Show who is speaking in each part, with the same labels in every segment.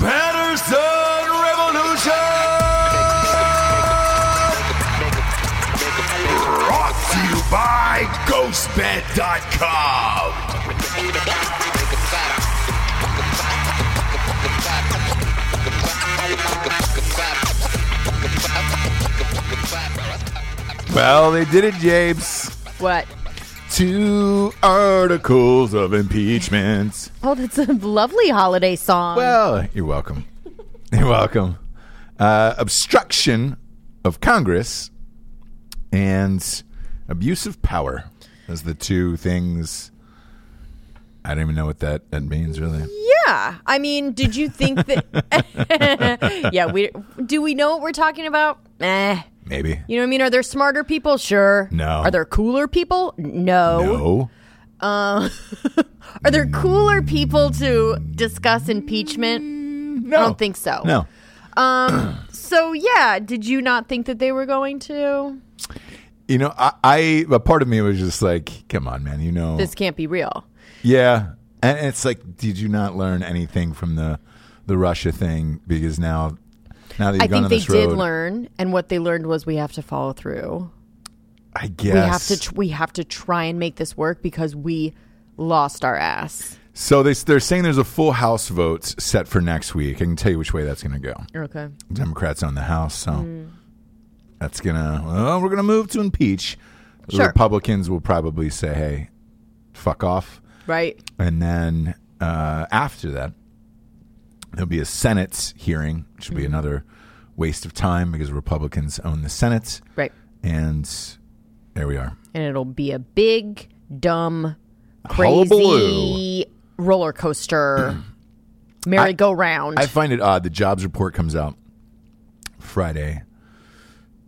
Speaker 1: Patterson Revolution! Brought to you by GhostBed.com! Well, they did it, Japes.
Speaker 2: What?
Speaker 1: Two articles of impeachment.
Speaker 2: Oh, that's a lovely holiday song.
Speaker 1: Well, you're welcome. You're welcome. Uh, obstruction of Congress and abuse of power as the two things. I don't even know what that, that means, really.
Speaker 3: Yeah. I mean, did you think that? yeah. We do we know what we're talking about? Eh.
Speaker 1: Maybe.
Speaker 3: You know what I mean? Are there smarter people? Sure.
Speaker 1: No.
Speaker 3: Are there cooler people? No.
Speaker 1: No.
Speaker 3: Are there cooler people to discuss impeachment?
Speaker 1: No.
Speaker 3: I don't think so.
Speaker 1: No.
Speaker 3: So yeah, did you not think that they were going to?
Speaker 1: You know, I, I a part of me was just like, come on, man, you know.
Speaker 3: This can't be real.
Speaker 1: yeah. And it's like, did you not learn anything from the the Russia thing because now, now that you've
Speaker 3: I
Speaker 1: gone
Speaker 3: think
Speaker 1: on
Speaker 3: they
Speaker 1: this road,
Speaker 3: did learn, and what they learned was we have to follow through.
Speaker 1: I guess
Speaker 3: We have to tr- we have to try and make this work because we lost our ass.
Speaker 1: So they, they're saying there's a full House vote set for next week. I can tell you which way that's going to go.
Speaker 3: Okay.
Speaker 1: Democrats own the House, so
Speaker 3: Mm.
Speaker 1: that's gonna. Well, we're gonna move to impeach. The
Speaker 3: Sure.
Speaker 1: Republicans will probably say, "Hey, fuck off,"
Speaker 3: Right.
Speaker 1: and then uh, after that, there'll be a Senate hearing, which will be another waste of time because Republicans own the Senate,
Speaker 3: Right.
Speaker 1: and there we are.
Speaker 3: And it'll be a big, dumb,
Speaker 1: Hullabaloo.
Speaker 3: crazy roller coaster merry-go-round.
Speaker 1: I find it odd. The jobs report comes out Friday.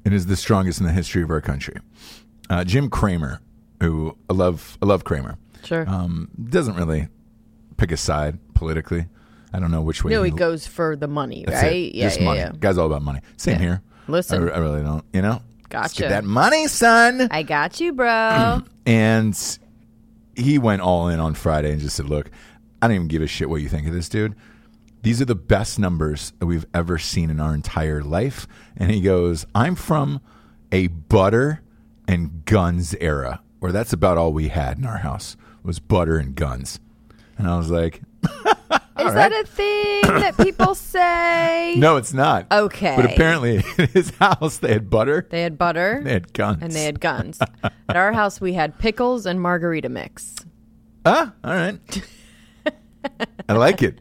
Speaker 1: It is the strongest in the history of our country. Uh, Jim Cramer, who I love, I love Cramer.
Speaker 3: sure.
Speaker 1: Um, doesn't really pick a side politically. I don't know which way.
Speaker 3: no, he
Speaker 1: he-
Speaker 3: goes for the money,
Speaker 1: that's it.
Speaker 3: right?
Speaker 1: Just money. Guy's all about money. Same here.
Speaker 3: Listen.
Speaker 1: I, I really don't. You know. Let's get
Speaker 3: Gotcha.
Speaker 1: that money, son.
Speaker 3: I got you, bro.
Speaker 1: And he went all in on Friday and just said, "Look, I don't even give a shit what you think of this dude. These are the best numbers that we've ever seen in our entire life." And he goes, "I'm from a butter and guns era, where that's about all we had in our house was butter and guns." And I was like,
Speaker 3: Is that a thing that people say?
Speaker 1: "No, it's not."
Speaker 3: Okay.
Speaker 1: But apparently, in his house, they had butter,
Speaker 3: They had butter
Speaker 1: they had guns,
Speaker 3: and they had guns. At our house, we had pickles and margarita mix.
Speaker 1: ah, all right. I like it.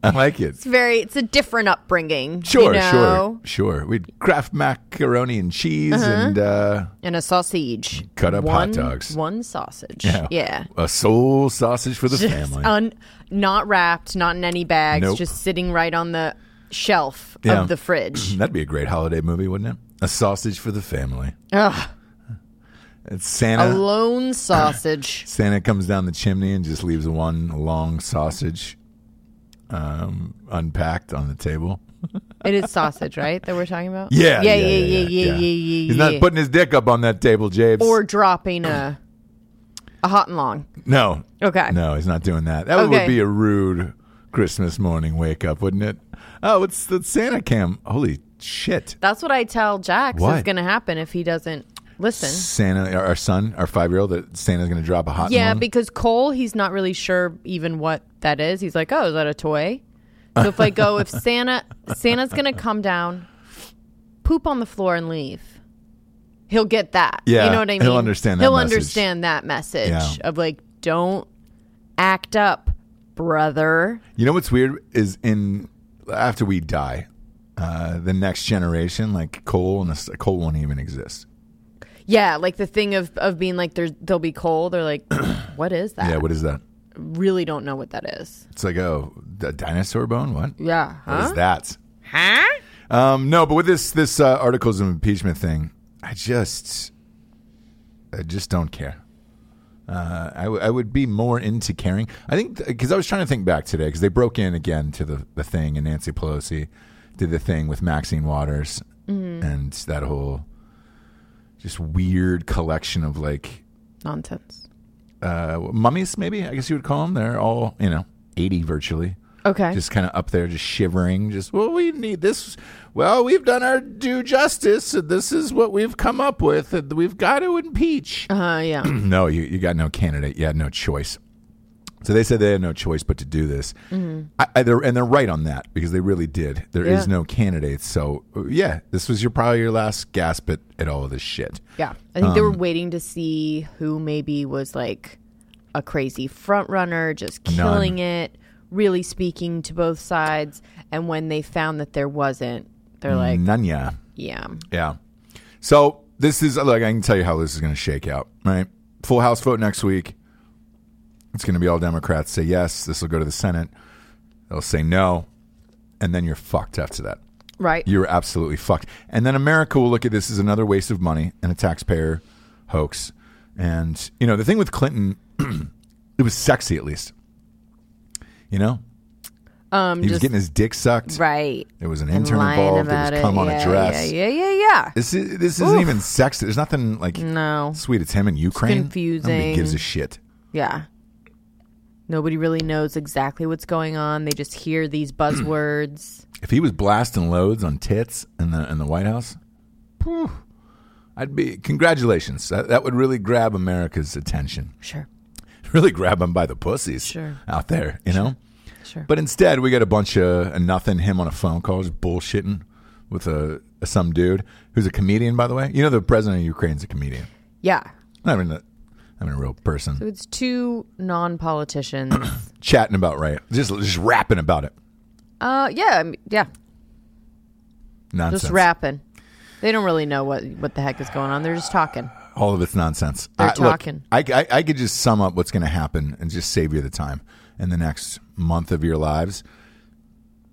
Speaker 1: I like it.
Speaker 3: It's very, it's a different upbringing.
Speaker 1: Sure,
Speaker 3: you know? Uh-huh.
Speaker 1: sure, sure. We'd craft macaroni and cheese and uh,
Speaker 3: And a sausage.
Speaker 1: Cut up hot
Speaker 3: one,
Speaker 1: dogs.
Speaker 3: One sausage.
Speaker 1: yeah,
Speaker 3: yeah.
Speaker 1: a soul sausage for the
Speaker 3: Just
Speaker 1: family.
Speaker 3: un, not wrapped, not in any bags,
Speaker 1: Nope.
Speaker 3: just sitting right on the shelf
Speaker 1: Yeah. Mm-hmm.
Speaker 3: of the fridge.
Speaker 1: That'd be a great holiday movie, wouldn't it? A sausage for the family.
Speaker 3: Ugh,
Speaker 1: It's
Speaker 3: a
Speaker 1: Santa.
Speaker 3: lone sausage.
Speaker 1: Santa comes down the chimney and just leaves one long sausage um, unpacked on the table.
Speaker 3: it is sausage, right? That we're talking about?
Speaker 1: Yeah,
Speaker 3: Yeah, yeah, yeah, yeah, yeah, yeah, yeah.
Speaker 1: He's not putting his dick up on that table, James.
Speaker 3: or dropping a, a hot and long.
Speaker 1: no,
Speaker 3: Okay.
Speaker 1: No, he's not doing that. That would
Speaker 3: Okay.
Speaker 1: be a rude Christmas morning wake up, wouldn't it? Oh, it's the Santa cam. Holy shit.
Speaker 3: That's what I tell Jax
Speaker 1: What?
Speaker 3: is going to happen if he doesn't listen.
Speaker 1: Santa, our- our son, our five year old, that Santa's going to drop a hot
Speaker 3: Yeah,
Speaker 1: one.
Speaker 3: because Cole, he's not really sure even what that is. He's like, "Oh, is that a toy?" So if I go, if Santa Santa's going to come down, poop on the floor and leave, he'll get that.
Speaker 1: Yeah,
Speaker 3: you know what I mean.
Speaker 1: he'll understand that
Speaker 3: He'll
Speaker 1: message.
Speaker 3: understand that message
Speaker 1: Yeah.
Speaker 3: of like, don't act up, brother.
Speaker 1: you know what's weird is in after we die, uh, the next generation, like Cole, and the, Cole won't even exist.
Speaker 3: Yeah, like the thing of of being like, there's there'll be Cole. They're like, what is that?
Speaker 1: Yeah, what is that?
Speaker 3: really don't know what that is.
Speaker 1: It's like, oh, a dinosaur bone? What?
Speaker 3: Yeah.
Speaker 1: What is that?
Speaker 3: Huh?
Speaker 1: Um, no, but with this this uh, articles of impeachment thing, I just, I just don't care. Uh, I, w- I would be more into caring. I think because I was trying to think back today because they broke in again to the the thing and Nancy Pelosi did the thing with Maxine Waters and that whole just weird collection of like
Speaker 3: Nonsense.
Speaker 1: uh, mummies, maybe I guess you would call them. They're all you know eighty virtually
Speaker 3: Okay.
Speaker 1: just kind of up there, just shivering. Just well, we need this. Well, we've done our due justice. And this is what we've come up with. And we've got to impeach.
Speaker 3: uh, yeah.
Speaker 1: no, you you got no candidate. You had no choice. So they said they had no choice but to do this. I, I, they're, and they're right on that because they really did. There is
Speaker 3: Mm-hmm. Yeah.
Speaker 1: no candidate. So uh, yeah, this was your probably your last gasp at, at all of this shit.
Speaker 3: yeah. I think they
Speaker 1: Um,
Speaker 3: were waiting to see who maybe was like a crazy front runner, just killing it, really speaking to both sides. And when they found that there wasn't,
Speaker 1: Mm.
Speaker 3: they're like,
Speaker 1: Nanya.
Speaker 3: yeah.
Speaker 1: Yeah. So this is like I can tell you how this is going to shake out. Right, full House vote next week. It's going to be all Democrats say yes. This will go to the Senate. They'll say no, and then you're fucked after that.
Speaker 3: Right.
Speaker 1: You're absolutely fucked. And then America will look at this as another waste of money and a taxpayer hoax. And you know the thing with Clinton, it was sexy at least. You know,
Speaker 3: um,
Speaker 1: he was
Speaker 3: just
Speaker 1: getting his dick sucked.
Speaker 3: right.
Speaker 1: There was an
Speaker 3: And
Speaker 1: intern
Speaker 3: lying
Speaker 1: involved. There
Speaker 3: about
Speaker 1: was cum
Speaker 3: it.
Speaker 1: on
Speaker 3: yeah,
Speaker 1: a dress.
Speaker 3: Yeah, yeah, yeah, yeah.
Speaker 1: This is this isn't even sexy. There's nothing like
Speaker 3: No.
Speaker 1: sweet. It's him in Ukraine.
Speaker 3: confusing.
Speaker 1: Nobody gives a shit.
Speaker 3: Yeah. Nobody really knows exactly what's going on. They just hear these buzzwords.
Speaker 1: If he was blasting loads on tits in the in the White House, phew, I'd be congratulations. That, that would really grab America's attention.
Speaker 3: Sure,
Speaker 1: Really grab him by the pussies
Speaker 3: Sure.
Speaker 1: out there, you know.
Speaker 3: sure.
Speaker 1: But instead, we got a bunch of a nothing. Him on a phone call, just bullshitting with a, a some dude who's a comedian, by the way. You know, the president of Ukraine's a comedian.
Speaker 3: yeah.
Speaker 1: Not even a, I mean, a real person
Speaker 3: So it's two non-politicians.
Speaker 1: chatting about right, just just rapping about it.
Speaker 3: uh, yeah, I mean, yeah.
Speaker 1: Nonsense.
Speaker 3: Just rapping. They don't really know what what the heck is going on. They're just talking.
Speaker 1: All of it's nonsense.
Speaker 3: They're
Speaker 1: I, look,
Speaker 3: talking.
Speaker 1: I, I, I could just sum up what's going to happen and just save you the time in the next month of your lives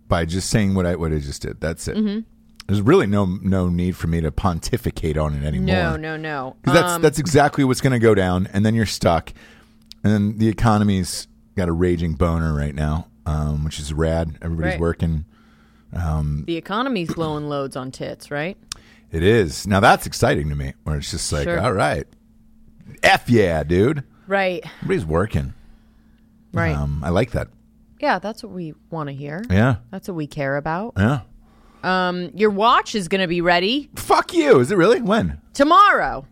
Speaker 1: by just saying what I what I just did. That's it.
Speaker 3: Mm-hmm.
Speaker 1: There's really no no need for me to pontificate on it anymore.
Speaker 3: No, no, no.
Speaker 1: 'Cause that's
Speaker 3: Um,
Speaker 1: that's exactly what's going to go down, and then you're stuck, and then the economy's got a raging boner right now, um, which is rad. Everybody's
Speaker 3: Right.
Speaker 1: working.
Speaker 3: Um, the economy's blowing loads on tits, right?
Speaker 1: It is now that's exciting to me. Where it's just like,
Speaker 3: Sure.
Speaker 1: all right, f yeah, dude,
Speaker 3: Right,
Speaker 1: everybody's working.
Speaker 3: right.
Speaker 1: Um, I like that.
Speaker 3: yeah, that's what we want to hear.
Speaker 1: Yeah,
Speaker 3: That's what we care about.
Speaker 1: yeah.
Speaker 3: Um, your watch is going to be ready
Speaker 1: Fuck you. Is it really? When?
Speaker 3: tomorrow.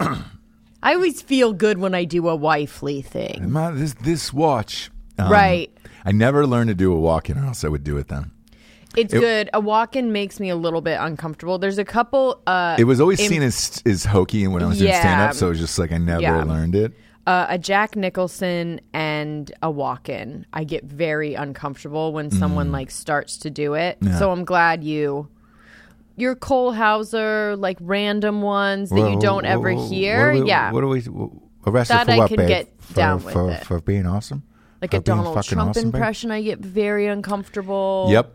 Speaker 3: I always feel good when I do a wifely thing.
Speaker 1: My, this this watch. Um,
Speaker 3: Right.
Speaker 1: I never learned to do a walk in, or else I would do it then.
Speaker 3: It's good. A walk in makes me a little bit uncomfortable. There's a couple uh,
Speaker 1: It was always seen as as hokey when I was doing
Speaker 3: Yeah.
Speaker 1: stand up, so it was just like I never
Speaker 3: Yeah.
Speaker 1: learned it.
Speaker 3: uh, a Jack Nicholson and a walk in. I get very uncomfortable when someone
Speaker 1: Mm.
Speaker 3: like starts to do it. So I'm glad you your Cole Hauser like random ones that you
Speaker 1: Well,
Speaker 3: don't
Speaker 1: wh-
Speaker 3: ever
Speaker 1: wh-
Speaker 3: hear.
Speaker 1: What do we,
Speaker 3: yeah.
Speaker 1: What do we wh- arrested
Speaker 3: That
Speaker 1: for?
Speaker 3: I
Speaker 1: what,
Speaker 3: can
Speaker 1: babe?
Speaker 3: get
Speaker 1: for,
Speaker 3: down with
Speaker 1: for,
Speaker 3: it.
Speaker 1: for being awesome.
Speaker 3: like
Speaker 1: For
Speaker 3: a
Speaker 1: being
Speaker 3: Donald
Speaker 1: fucking
Speaker 3: Trump
Speaker 1: awesome, babe?
Speaker 3: impression, I get very uncomfortable.
Speaker 1: Yep,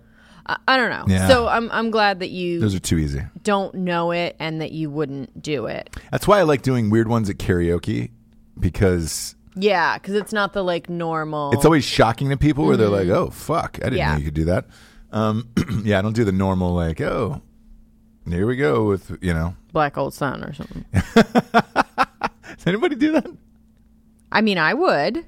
Speaker 3: I, I don't know.
Speaker 1: Yeah.
Speaker 3: So I'm I'm glad that you
Speaker 1: those are too easy.
Speaker 3: don't know it and that you wouldn't do it.
Speaker 1: That's why I like doing weird ones at karaoke because
Speaker 3: Yeah, because it's not the like normal.
Speaker 1: it's always shocking to people where they're like, "Oh fuck, I didn't
Speaker 3: Yeah.
Speaker 1: know you could do that." Um, yeah, I don't do the normal like, "Oh, here we go with you know."
Speaker 3: black old sun or something.
Speaker 1: Does anybody do that?
Speaker 3: I mean, I would.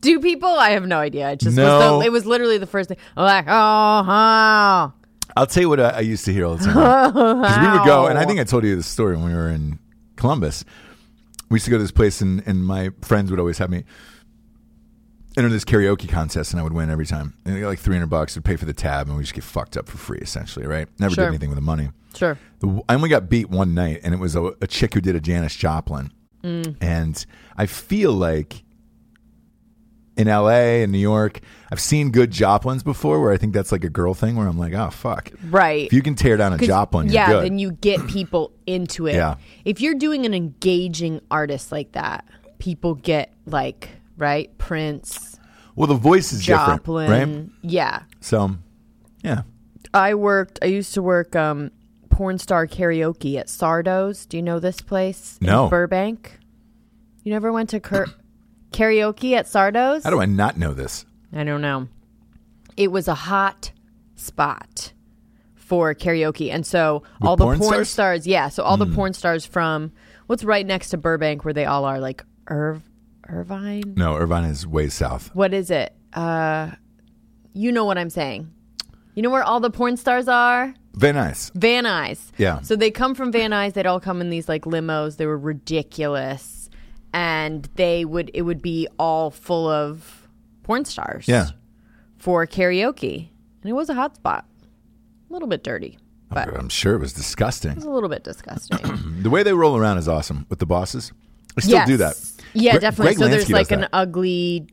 Speaker 3: Do people? I have no idea. It just
Speaker 1: No.
Speaker 3: was the, it was literally the first thing. Like, oh, huh.
Speaker 1: I'll tell you what I, I used to hear all the time. 'Cause we would go, and I think I told you this story when we were in Columbus. We used to go to this place, and, and my friends would always have me enter this karaoke contest, and I would win every time. And I got like 300 bucks, would pay for the tab, and we just get fucked up for free, essentially, right? Never
Speaker 3: Sure.
Speaker 1: did anything with the money.
Speaker 3: sure.
Speaker 1: The- I only got beat one night, and it was a, a chick who did a Janis Joplin.
Speaker 3: Mm.
Speaker 1: And I feel like in LA and New York, I've seen good Joplins before where I think that's like a girl thing where I'm like, oh, fuck.
Speaker 3: Right.
Speaker 1: If you can tear down a
Speaker 3: 'Cause-
Speaker 1: Joplin, you're
Speaker 3: yeah,
Speaker 1: good.
Speaker 3: then you get people into it.
Speaker 1: Yeah.
Speaker 3: If you're doing an engaging artist like that, people get like right Prince,
Speaker 1: well, the voice is
Speaker 3: Joplin.
Speaker 1: different, right?
Speaker 3: Yeah.
Speaker 1: So, yeah.
Speaker 3: I worked. I used to work um, porn star karaoke at Sardo's. Do you know this place? in
Speaker 1: No.
Speaker 3: Burbank. You never went to cur- karaoke at Sardo's?
Speaker 1: How do I not know this?
Speaker 3: I don't know. It was a hot spot for karaoke, and so all the
Speaker 1: porn
Speaker 3: porn
Speaker 1: stars? Hmm.
Speaker 3: stars? yeah. So all the porn stars from what's right next to Burbank, where they all are, like Irv, Irvine.
Speaker 1: No, Irvine is way south.
Speaker 3: What is it? Uh, you know what I'm saying. You know where all the porn stars are?
Speaker 1: Very nice.
Speaker 3: Van Nuys.
Speaker 1: Yeah.
Speaker 3: So they come from Van Nuys. They'd all come in these like limos. They were ridiculous, and they would it would be all full of porn stars.
Speaker 1: Yeah.
Speaker 3: For karaoke, and it was a hot spot. A little bit dirty, but it
Speaker 1: I'm sure it was disgusting.
Speaker 3: was a little bit disgusting.
Speaker 1: The way they roll around is awesome with the bosses. I still do that.
Speaker 3: Yeah,
Speaker 1: Gre-
Speaker 3: definitely.
Speaker 1: Greg
Speaker 3: so there's
Speaker 1: Lansky
Speaker 3: like
Speaker 1: does
Speaker 3: an
Speaker 1: that.
Speaker 3: ugly.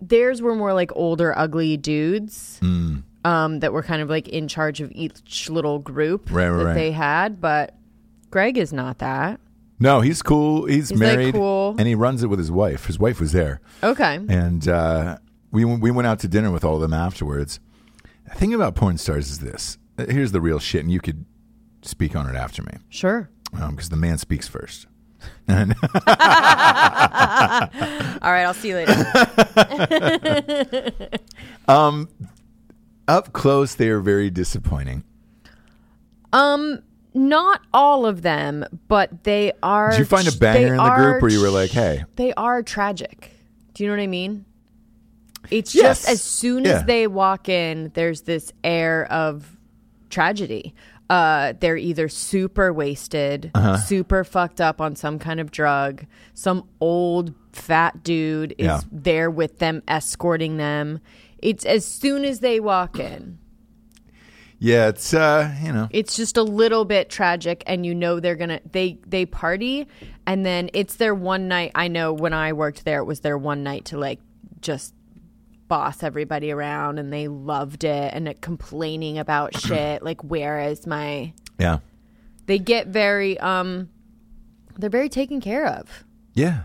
Speaker 3: Theirs were more like older, ugly dudes
Speaker 1: Mm.
Speaker 3: um, that were kind of like in charge of each little group
Speaker 1: Right, right,
Speaker 3: that
Speaker 1: right.
Speaker 3: they had. But Greg is not that.
Speaker 1: No, he's cool. He's,
Speaker 3: like,
Speaker 1: married,
Speaker 3: cool.
Speaker 1: and he runs it with his wife. His wife was there,
Speaker 3: Okay.
Speaker 1: and uh, we we went out to dinner with all of them afterwards. The thing about porn stars is this: Uh, here's the real shit, and you could speak on it after me
Speaker 3: Sure.
Speaker 1: because the man speaks first.
Speaker 3: All right, I'll see you later.
Speaker 1: Up close, they are very disappointing.
Speaker 3: Not all of them, but they are.
Speaker 1: Did you find a
Speaker 3: they
Speaker 1: banger in the
Speaker 3: are
Speaker 1: group where you were like, hey?
Speaker 3: They are tragic. Do you know what I mean? It's
Speaker 1: Yes.
Speaker 3: just as soon
Speaker 1: Yeah.
Speaker 3: as they walk in, there's this air of tragedy. Uh, they're either super wasted,
Speaker 1: Uh-huh.
Speaker 3: super fucked up on some kind of drug. Some old fat dude is
Speaker 1: Yeah.
Speaker 3: there with them, escorting them. It's as soon as they walk in,
Speaker 1: Yeah, it's uh, you know,
Speaker 3: it's just a little bit tragic, and you know they're gonna they they party, and then it's their one night. I know when I worked there, it was their one night to like just boss everybody around and they loved it and it complaining about shit like where is my
Speaker 1: yeah,
Speaker 3: they get very um they're very taken care of
Speaker 1: yeah.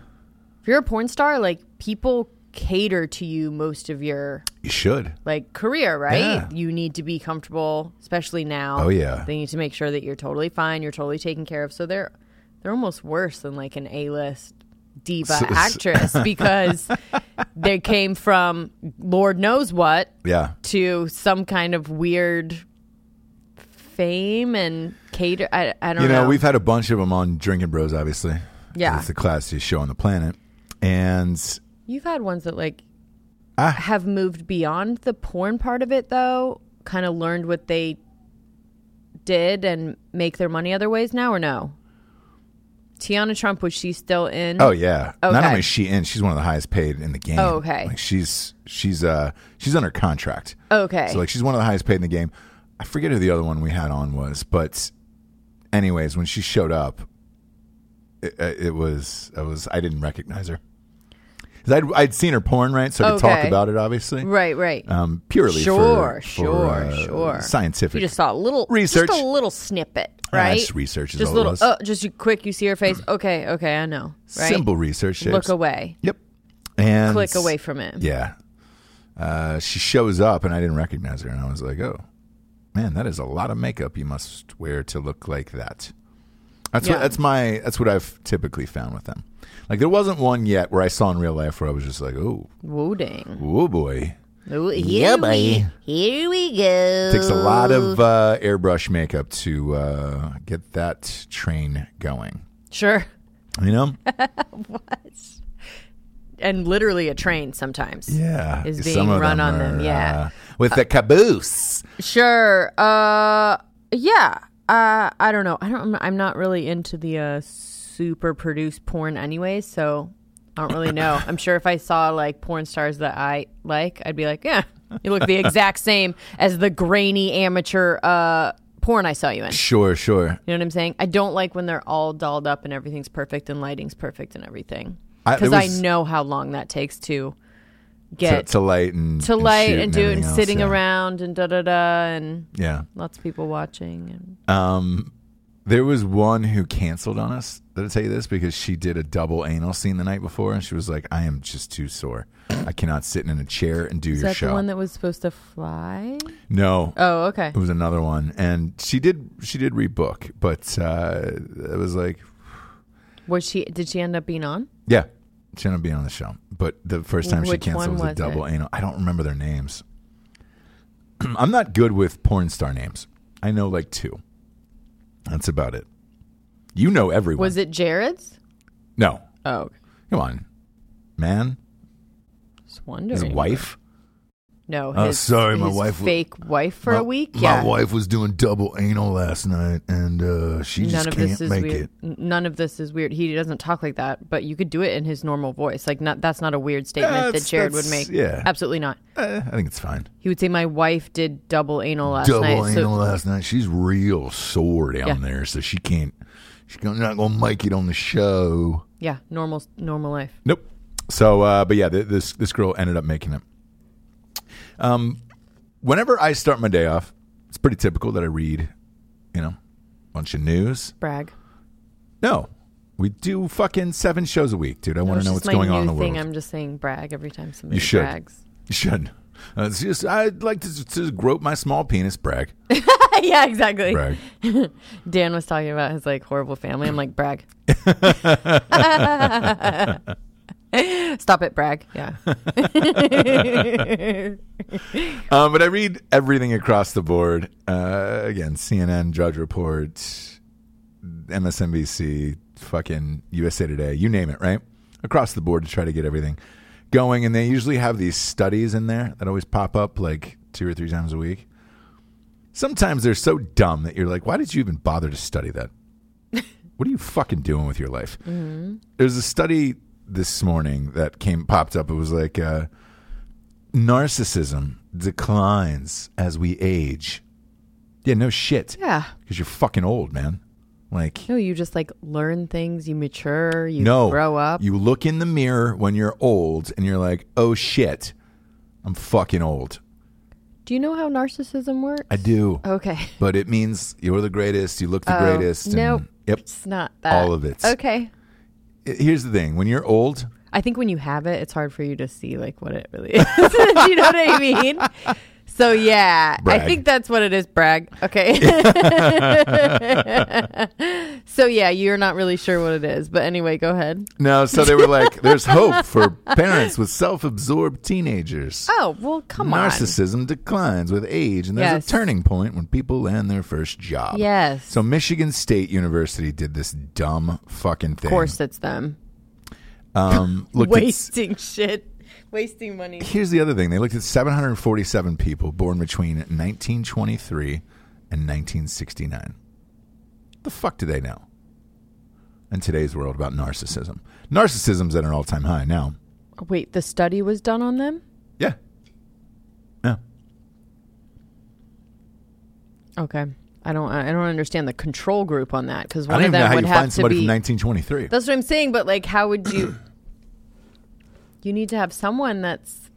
Speaker 3: if you're a porn star like people cater to you most of your
Speaker 1: You should.
Speaker 3: like career right
Speaker 1: Yeah.
Speaker 3: you need to be comfortable especially now
Speaker 1: Oh, yeah.
Speaker 3: they need to make sure that you're totally fine you're totally taken care of so they're they're almost worse than like an a-list diva
Speaker 1: So- so-
Speaker 3: actress because they came from lord knows what
Speaker 1: Yeah,
Speaker 3: to some kind of weird fame and cater. I, I don't
Speaker 1: you know,
Speaker 3: know.
Speaker 1: we've had a bunch of them on Drinking Bros. Obviously,
Speaker 3: Oh, Yeah.
Speaker 1: it's the classiest show on the planet, and
Speaker 3: You've had ones that like
Speaker 1: Ah.
Speaker 3: have moved beyond the porn part of it, though. Kind of learned what they did and make their money other ways now, or no? Tiana Trump was she still in?
Speaker 1: oh yeah, not
Speaker 3: Okay.
Speaker 1: only is she in, she's one of the highest paid in the game.
Speaker 3: Oh, okay.
Speaker 1: like she's she's uh she's under contract.
Speaker 3: okay.
Speaker 1: So like she's one of the highest paid in the game. I forget who the other one we had on was, but anyways, when she showed up, it, uh, it was I was I didn't recognize her. 'Cause I'd, I'd seen her porn, right? So I could talk
Speaker 3: Okay.
Speaker 1: about it, obviously.
Speaker 3: right, right.
Speaker 1: Um, purely for,
Speaker 3: sure, sure,
Speaker 1: for, uh,
Speaker 3: sure.
Speaker 1: scientific.
Speaker 3: You just saw a little
Speaker 1: Research.
Speaker 3: just a little snippet,
Speaker 1: Yeah,
Speaker 3: right?
Speaker 1: just research is
Speaker 3: just
Speaker 1: all it
Speaker 3: little.
Speaker 1: was.
Speaker 3: Oh, just you quick. You see her face. Okay, okay, I know. Right.
Speaker 1: Simple research. Shapes.
Speaker 3: Look away.
Speaker 1: Yep. And
Speaker 3: Click away from it.
Speaker 1: Yeah. Uh, she shows up, and I didn't recognize her, and I was like, "Oh, man, that is a lot of makeup you must wear to look like that." That's what
Speaker 3: Yeah.
Speaker 1: that's my that's what I've typically found with them. Like there wasn't one yet where I saw in real life where I was just like, "Oh,
Speaker 3: Woo dang.
Speaker 1: oh boy."
Speaker 3: Ooh, here
Speaker 1: Yeah,
Speaker 3: we,
Speaker 1: boy.
Speaker 3: here we go.
Speaker 1: Takes a lot of uh, airbrush makeup to uh, get that train going.
Speaker 3: Sure.
Speaker 1: You know?
Speaker 3: And literally a train sometimes.
Speaker 1: Yeah.
Speaker 3: Is
Speaker 1: Some
Speaker 3: being
Speaker 1: of
Speaker 3: run on them,
Speaker 1: are,
Speaker 3: yeah.
Speaker 1: uh, with the caboose.
Speaker 3: Sure. Uh yeah. Uh I don't know. I don't I'm- I'm not really into the uh super produced porn anyway, so I don't really know. I'm sure if I saw like porn stars that I like, I'd be like, yeah, you look the exact same as the grainy amateur uh porn I saw you in.
Speaker 1: Sure, sure.
Speaker 3: You know what I'm saying? I don't like when they're all dolled up and everything's perfect and lighting's perfect and everything.
Speaker 1: I-
Speaker 3: Because
Speaker 1: there
Speaker 3: I,
Speaker 1: was-
Speaker 3: know how long that takes
Speaker 1: To,
Speaker 3: to get to,
Speaker 1: to light and and
Speaker 3: light
Speaker 1: shoot
Speaker 3: and, do it and
Speaker 1: everything else,
Speaker 3: sitting
Speaker 1: yeah.
Speaker 3: around and da da da and
Speaker 1: Yeah.
Speaker 3: lots of people watching. And
Speaker 1: Um, there was one who canceled on us. Did I tell you this? Because she did a double anal scene the night before, and she was like, "I am just too sore. I cannot sit in a chair and do
Speaker 3: is
Speaker 1: your
Speaker 3: that
Speaker 1: show."
Speaker 3: the one that was supposed to fly?
Speaker 1: no,
Speaker 3: Oh, okay.
Speaker 1: it was another one, and she did she did rebook, but uh, it was like,
Speaker 3: Was she? Did she end up being on?
Speaker 1: yeah, she ended up being on the show. But the first time she
Speaker 3: Which
Speaker 1: canceled
Speaker 3: one
Speaker 1: was, a
Speaker 3: was
Speaker 1: double anal. I don't remember their names. I'm not good with porn star names. I know like two. That's about it. You know everyone.
Speaker 3: Was it Jared's?
Speaker 1: no,
Speaker 3: Oh, okay.
Speaker 1: Come on, man.
Speaker 3: just wondering.
Speaker 1: His wife.
Speaker 3: No. His,
Speaker 1: Oh, sorry, my
Speaker 3: his
Speaker 1: wife w-
Speaker 3: Fake wife for
Speaker 1: my,
Speaker 3: a week.
Speaker 1: My
Speaker 3: yeah.
Speaker 1: wife was doing double anal last night, and uh, she just
Speaker 3: None of
Speaker 1: can't
Speaker 3: this is
Speaker 1: make
Speaker 3: weird.
Speaker 1: it.
Speaker 3: N- None of this is weird. He doesn't talk like that, but you could do it in his normal voice. Like, not that's not a weird statement
Speaker 1: That's-
Speaker 3: that Jared would
Speaker 1: that's-
Speaker 3: make.
Speaker 1: yeah.
Speaker 3: absolutely not.
Speaker 1: Eh, I think it's fine.
Speaker 3: He would say, "My wife did double anal last
Speaker 1: double
Speaker 3: night." so-
Speaker 1: anal last night. She's real sore down
Speaker 3: Yeah.
Speaker 1: there, so she can't. She's gonna- not gonna make it on the show.
Speaker 3: yeah, normal, normal life.
Speaker 1: Nope. So, uh, but yeah, th- this this girl ended up making it. Um, whenever I start my day off, it's pretty typical that I read, you know, bunch of news.
Speaker 3: Brag.
Speaker 1: No, we do fucking seven shows a week, dude. I want
Speaker 3: It's
Speaker 1: to know
Speaker 3: just
Speaker 1: what's
Speaker 3: my
Speaker 1: going
Speaker 3: new
Speaker 1: on in the
Speaker 3: thing.
Speaker 1: world.
Speaker 3: I'm just saying brag every time somebody
Speaker 1: should.
Speaker 3: brags.
Speaker 1: You should. Uh, it's just I'd like to, to grope my small penis. Brag,
Speaker 3: yeah, exactly.
Speaker 1: brag.
Speaker 3: Dan was talking about his like horrible family. I'm like brag. Stop it, brag. Yeah.
Speaker 1: um, but I read everything across the board. Uh, again, CNN, Drudge Report, MSNBC, fucking USA Today, you name it, right? Across the board to try to get everything. going, and they usually have these studies in there that always pop up like two or three times a week. Sometimes they're so dumb that you're like, why did you even bother to study that? what are you fucking doing with your life? There's a study this morning that came popped up. It was like uh, narcissism declines as we age. Yeah, no shit.
Speaker 3: Yeah.
Speaker 1: Because you're fucking old, man. Like,
Speaker 3: No, you just like learn things, you mature, you
Speaker 1: no.
Speaker 3: grow up.
Speaker 1: You look in the mirror when you're old and you're like, oh shit, I'm fucking old.
Speaker 3: Do you know how narcissism works?
Speaker 1: I do.
Speaker 3: Okay.
Speaker 1: But it means you're the greatest, you look the
Speaker 3: Oh,
Speaker 1: greatest. And,
Speaker 3: nope.
Speaker 1: Yep.
Speaker 3: It's not that.
Speaker 1: All of it.
Speaker 3: Okay.
Speaker 1: I- Here's the thing when you're old,
Speaker 3: I think when you have it, it's hard for you to see like what it really is. Do you know what I mean? So yeah,
Speaker 1: Brag.
Speaker 3: I think that's what it is. Brag. Okay. so yeah, you're not really sure what it is, but anyway, go ahead.
Speaker 1: no, so they were like, there's hope for parents with self absorbed teenagers.
Speaker 3: Oh well, come
Speaker 1: Narcissism declines with age, and there's
Speaker 3: Yes.
Speaker 1: a turning point when people land their first job.
Speaker 3: on. Yes.
Speaker 1: So Michigan State University did this dumb fucking thing.
Speaker 3: of course, it's them
Speaker 1: Um, looked at s-
Speaker 3: wasting shit, wasting money.
Speaker 1: Here's the other thing. They looked at 747 people born between 1923 and 1969. The fuck do they know in today's world about narcissism? Narcissism's at an all time high now.
Speaker 3: Wait, the study was done on them.
Speaker 1: Yeah. Yeah.
Speaker 3: Okay. I don't. I don't understand the control group on that because
Speaker 1: I
Speaker 3: one
Speaker 1: don't
Speaker 3: of
Speaker 1: even
Speaker 3: them
Speaker 1: know how
Speaker 3: would
Speaker 1: you
Speaker 3: have
Speaker 1: find
Speaker 3: to
Speaker 1: somebody
Speaker 3: be.
Speaker 1: from 1923.
Speaker 3: That's what I'm saying, but like, how would you? you need to have someone that's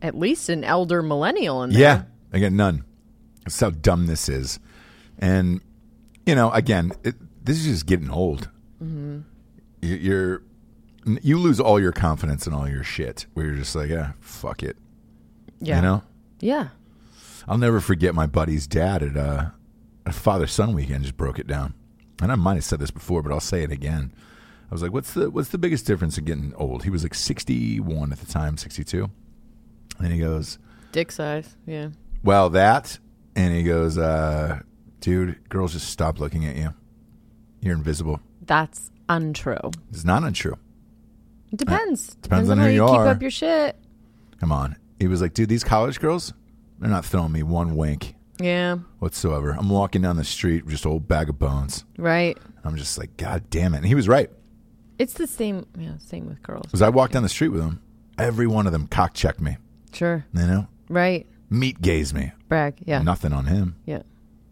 Speaker 3: at least an elder millennial in there.
Speaker 1: Yeah. Again, none. That's how dumb this is. And, you know, again, it, this is just getting old. You, you're, you lose all your confidence and all your shit where you're just like, yeah, fuck it.
Speaker 3: Yeah.
Speaker 1: You know?
Speaker 3: Yeah.
Speaker 1: I'll never forget my buddy's dad at uh, a father son weekend just broke it down. And I might have said this before, but I'll say it again. I was like, "What's the what's the biggest difference in getting old?" He was like 61 at the time, 62. And he goes,
Speaker 3: Dick size. Yeah.
Speaker 1: "Well, that." And he goes, uh, "Dude, girls just stop looking at you. You're invisible."
Speaker 3: That's untrue.
Speaker 1: It's not untrue.
Speaker 3: It depends. depends.
Speaker 1: Uh, on
Speaker 3: how
Speaker 1: who
Speaker 3: you
Speaker 1: you
Speaker 3: keep
Speaker 1: are.
Speaker 3: up your shit.
Speaker 1: Come on. He was like, "Dude, these college girls, they're not throwing me one wink
Speaker 3: Yeah.
Speaker 1: whatsoever. I'm walking down the street, just old bag of bones."
Speaker 3: Right.
Speaker 1: I'm just like, God damn it. And he was right.
Speaker 3: It's the same. Yeah. Same with girls.
Speaker 1: Because I walked down the street with him, every one of them cock checked me,
Speaker 3: Sure.
Speaker 1: you know,
Speaker 3: Right.
Speaker 1: meat gaze me.
Speaker 3: Brag. Yeah.
Speaker 1: Nothing on him.
Speaker 3: Yeah.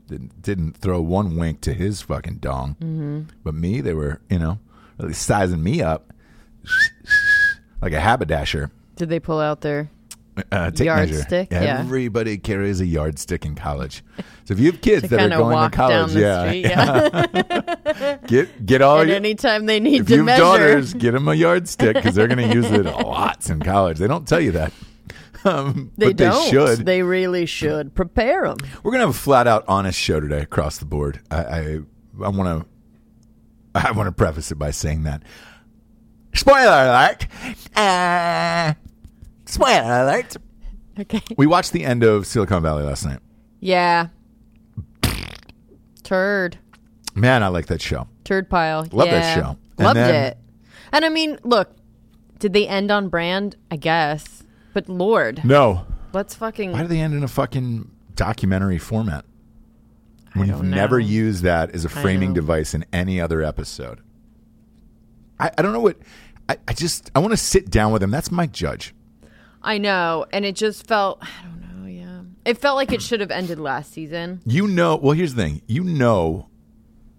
Speaker 1: Didn't, didn't throw one wink to his fucking dong.
Speaker 3: Mm-hmm.
Speaker 1: But me, they were, you know, really sizing me up like a haberdasher.
Speaker 3: Did they pull out their?
Speaker 1: Uh, tape
Speaker 3: Yardstick,
Speaker 1: measure.
Speaker 3: yeah.
Speaker 1: Everybody carries a yardstick in college. So if you have kids that are
Speaker 3: Kind of
Speaker 1: going
Speaker 3: walk
Speaker 1: to college,
Speaker 3: down the
Speaker 1: yeah,
Speaker 3: street. Yeah.
Speaker 1: get get all
Speaker 3: and
Speaker 1: your
Speaker 3: anytime they need
Speaker 1: if
Speaker 3: to
Speaker 1: you have
Speaker 3: measure.
Speaker 1: daughters, get them a yardstick because they're going to use it lots in college. They don't tell you that, um,
Speaker 3: they
Speaker 1: but
Speaker 3: don't.
Speaker 1: they should.
Speaker 3: They really should prepare them.
Speaker 1: We're going to have a flat out honest show today across the board. I I I want to I want to preface it by saying that spoiler alert, uh, spoiler alert.
Speaker 3: Okay.
Speaker 1: We watched the end of Silicon Valley last night.
Speaker 3: Yeah. Turd.
Speaker 1: Man, I like that show.
Speaker 3: Turd pile.
Speaker 1: Love
Speaker 3: yeah.
Speaker 1: that show. And
Speaker 3: Loved
Speaker 1: then-
Speaker 3: it. And I mean, look, did they end on brand? I guess. But Lord,
Speaker 1: No,
Speaker 3: let's
Speaker 1: why do
Speaker 3: fucking.
Speaker 1: they end in a fucking documentary format? when you've
Speaker 3: don't know.
Speaker 1: never used that as a framing
Speaker 3: know.
Speaker 1: device in any other episode. I, I don't know what I, I just I want to sit down with him. That's my judge.
Speaker 3: I know. And it just felt, I don't know, yeah. It felt like it should have ended last season.
Speaker 1: You know, well, here's the thing. You know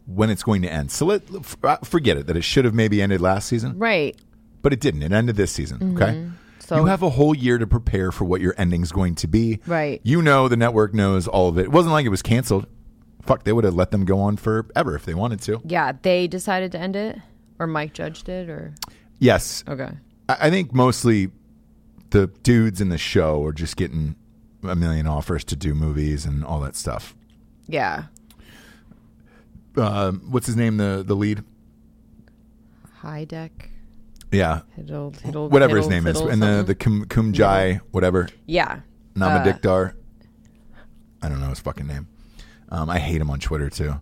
Speaker 1: when it's going to end. So let f- uh, forget it that it should have maybe ended last season,
Speaker 3: Right.
Speaker 1: but it didn't. It ended this season. Okay.
Speaker 3: Mm-hmm. So-
Speaker 1: you have a whole year to prepare for what your ending's going to be.
Speaker 3: Right.
Speaker 1: You know the network knows all of it. It wasn't like it was canceled. Fuck, they would have let them go on forever if they wanted to.
Speaker 3: Yeah. They decided to end it, or Mike Judge did, or.
Speaker 1: Yes,
Speaker 3: Okay.
Speaker 1: I I think mostly the dudes in the show are just getting a million offers to do movies and all that stuff.
Speaker 3: Yeah.
Speaker 1: Um, what's his name? The the lead?
Speaker 3: High deck.
Speaker 1: Yeah,
Speaker 3: Hiddled, hiddled,
Speaker 1: whatever his
Speaker 3: hiddled,
Speaker 1: name is,
Speaker 3: fiddled
Speaker 1: and the
Speaker 3: something.
Speaker 1: the Kum, Kumjai whatever
Speaker 3: yeah. Uh,
Speaker 1: Namadikdar. I don't know his fucking name. Um, I hate him on Twitter too.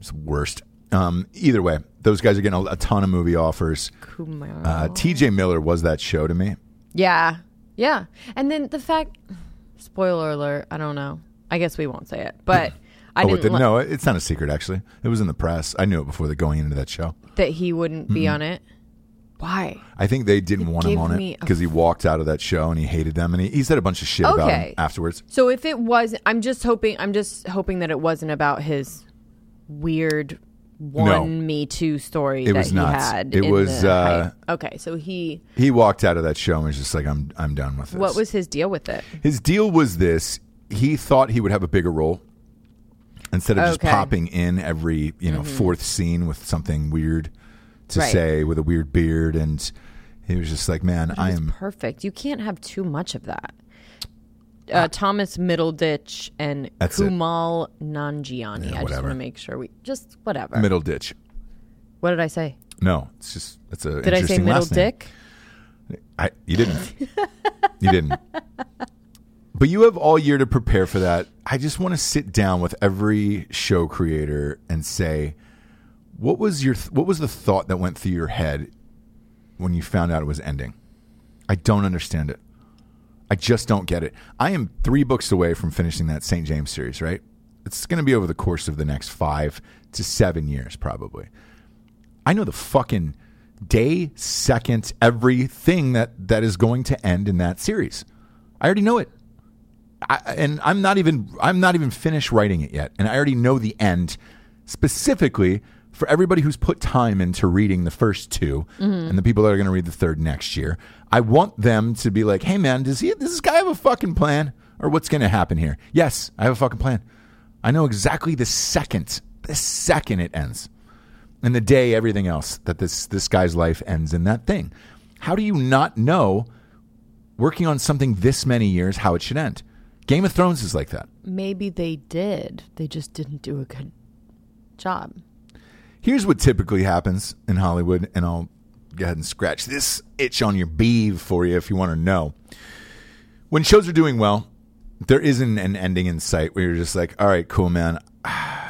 Speaker 1: It's the worst. Um, either way, those guys are getting a, a ton of movie offers.
Speaker 3: Kumar.
Speaker 1: Uh, TJ Miller was that show to me.
Speaker 3: yeah. Yeah. And then the fact spoiler alert, I don't know. I guess we won't say it. But I
Speaker 1: oh, it
Speaker 3: didn't
Speaker 1: didn't-
Speaker 3: li-
Speaker 1: no, it's not a secret actually. It was in the press. I knew it before the going into that show.
Speaker 3: that he wouldn't be
Speaker 1: Mm-hmm.
Speaker 3: on it. Why?
Speaker 1: I think they didn't want him
Speaker 3: gave
Speaker 1: on
Speaker 3: me
Speaker 1: it
Speaker 3: a-
Speaker 1: because he walked out of that show and he hated them and he, he said a bunch of shit about him
Speaker 3: Okay.
Speaker 1: afterwards.
Speaker 3: So if it was I'm just hoping I'm just hoping that it wasn't about his weird one me too story that
Speaker 1: was
Speaker 3: he
Speaker 1: not.
Speaker 3: had.
Speaker 1: It
Speaker 3: in
Speaker 1: was,
Speaker 3: the
Speaker 1: uh,
Speaker 3: hype. Okay, so he
Speaker 1: He walked out of that show and was just like, "I'm I'm done with this."
Speaker 3: what was his deal with it?
Speaker 1: his deal? Was this? He thought he would have a bigger role instead of just
Speaker 3: Okay. Mm-hmm.
Speaker 1: popping in every you know fourth scene with something weird to
Speaker 3: Right.
Speaker 1: say with a weird beard, and he was just like, "Man, I am."
Speaker 3: perfect. You can't have too much of that. Uh, Thomas Middleditch and
Speaker 1: Ah. That's it.
Speaker 3: Kumal Nanjiani. I just
Speaker 1: whatever.
Speaker 3: want to make sure we just whatever.
Speaker 1: Middle ditch.
Speaker 3: what did I say?
Speaker 1: No, it's just that's a.
Speaker 3: Did I say
Speaker 1: interesting
Speaker 3: middle
Speaker 1: last name.
Speaker 3: dick?
Speaker 1: I, you didn't. you didn't. But you have all year to prepare for that. I just want to sit down with every show creator and say, what was your th- what was the thought that went through your head when you found out it was ending? I don't understand it. I just don't get it. I am three books away from finishing that St. James series, right? It's going to be over the course of the next five to seven years, probably. I know the fucking day, second, everything that that is going to end in that series. I already know it, I, and I'm not even I'm not even finished writing it yet, and I already know the end specifically for everybody who's put time into reading the first two and the people that are going to read the third next year. I want them to be like, "Hey, man, does he does this guy have a fucking plan, or what's going to happen here?" Yes, I have a fucking plan. I know exactly the second the second it ends and the day everything else that this this guy's life ends in that thing. How do you not know working on something this many years how it should end? Game of Thrones is like that.
Speaker 3: Maybe they did. They just didn't do a good job.
Speaker 1: Here's what typically happens in Hollywood, and I'll go ahead and scratch this itch on your beeve for you if you want to know. When shows are doing well, there isn't an ending in sight where you're just like, all right, cool, man.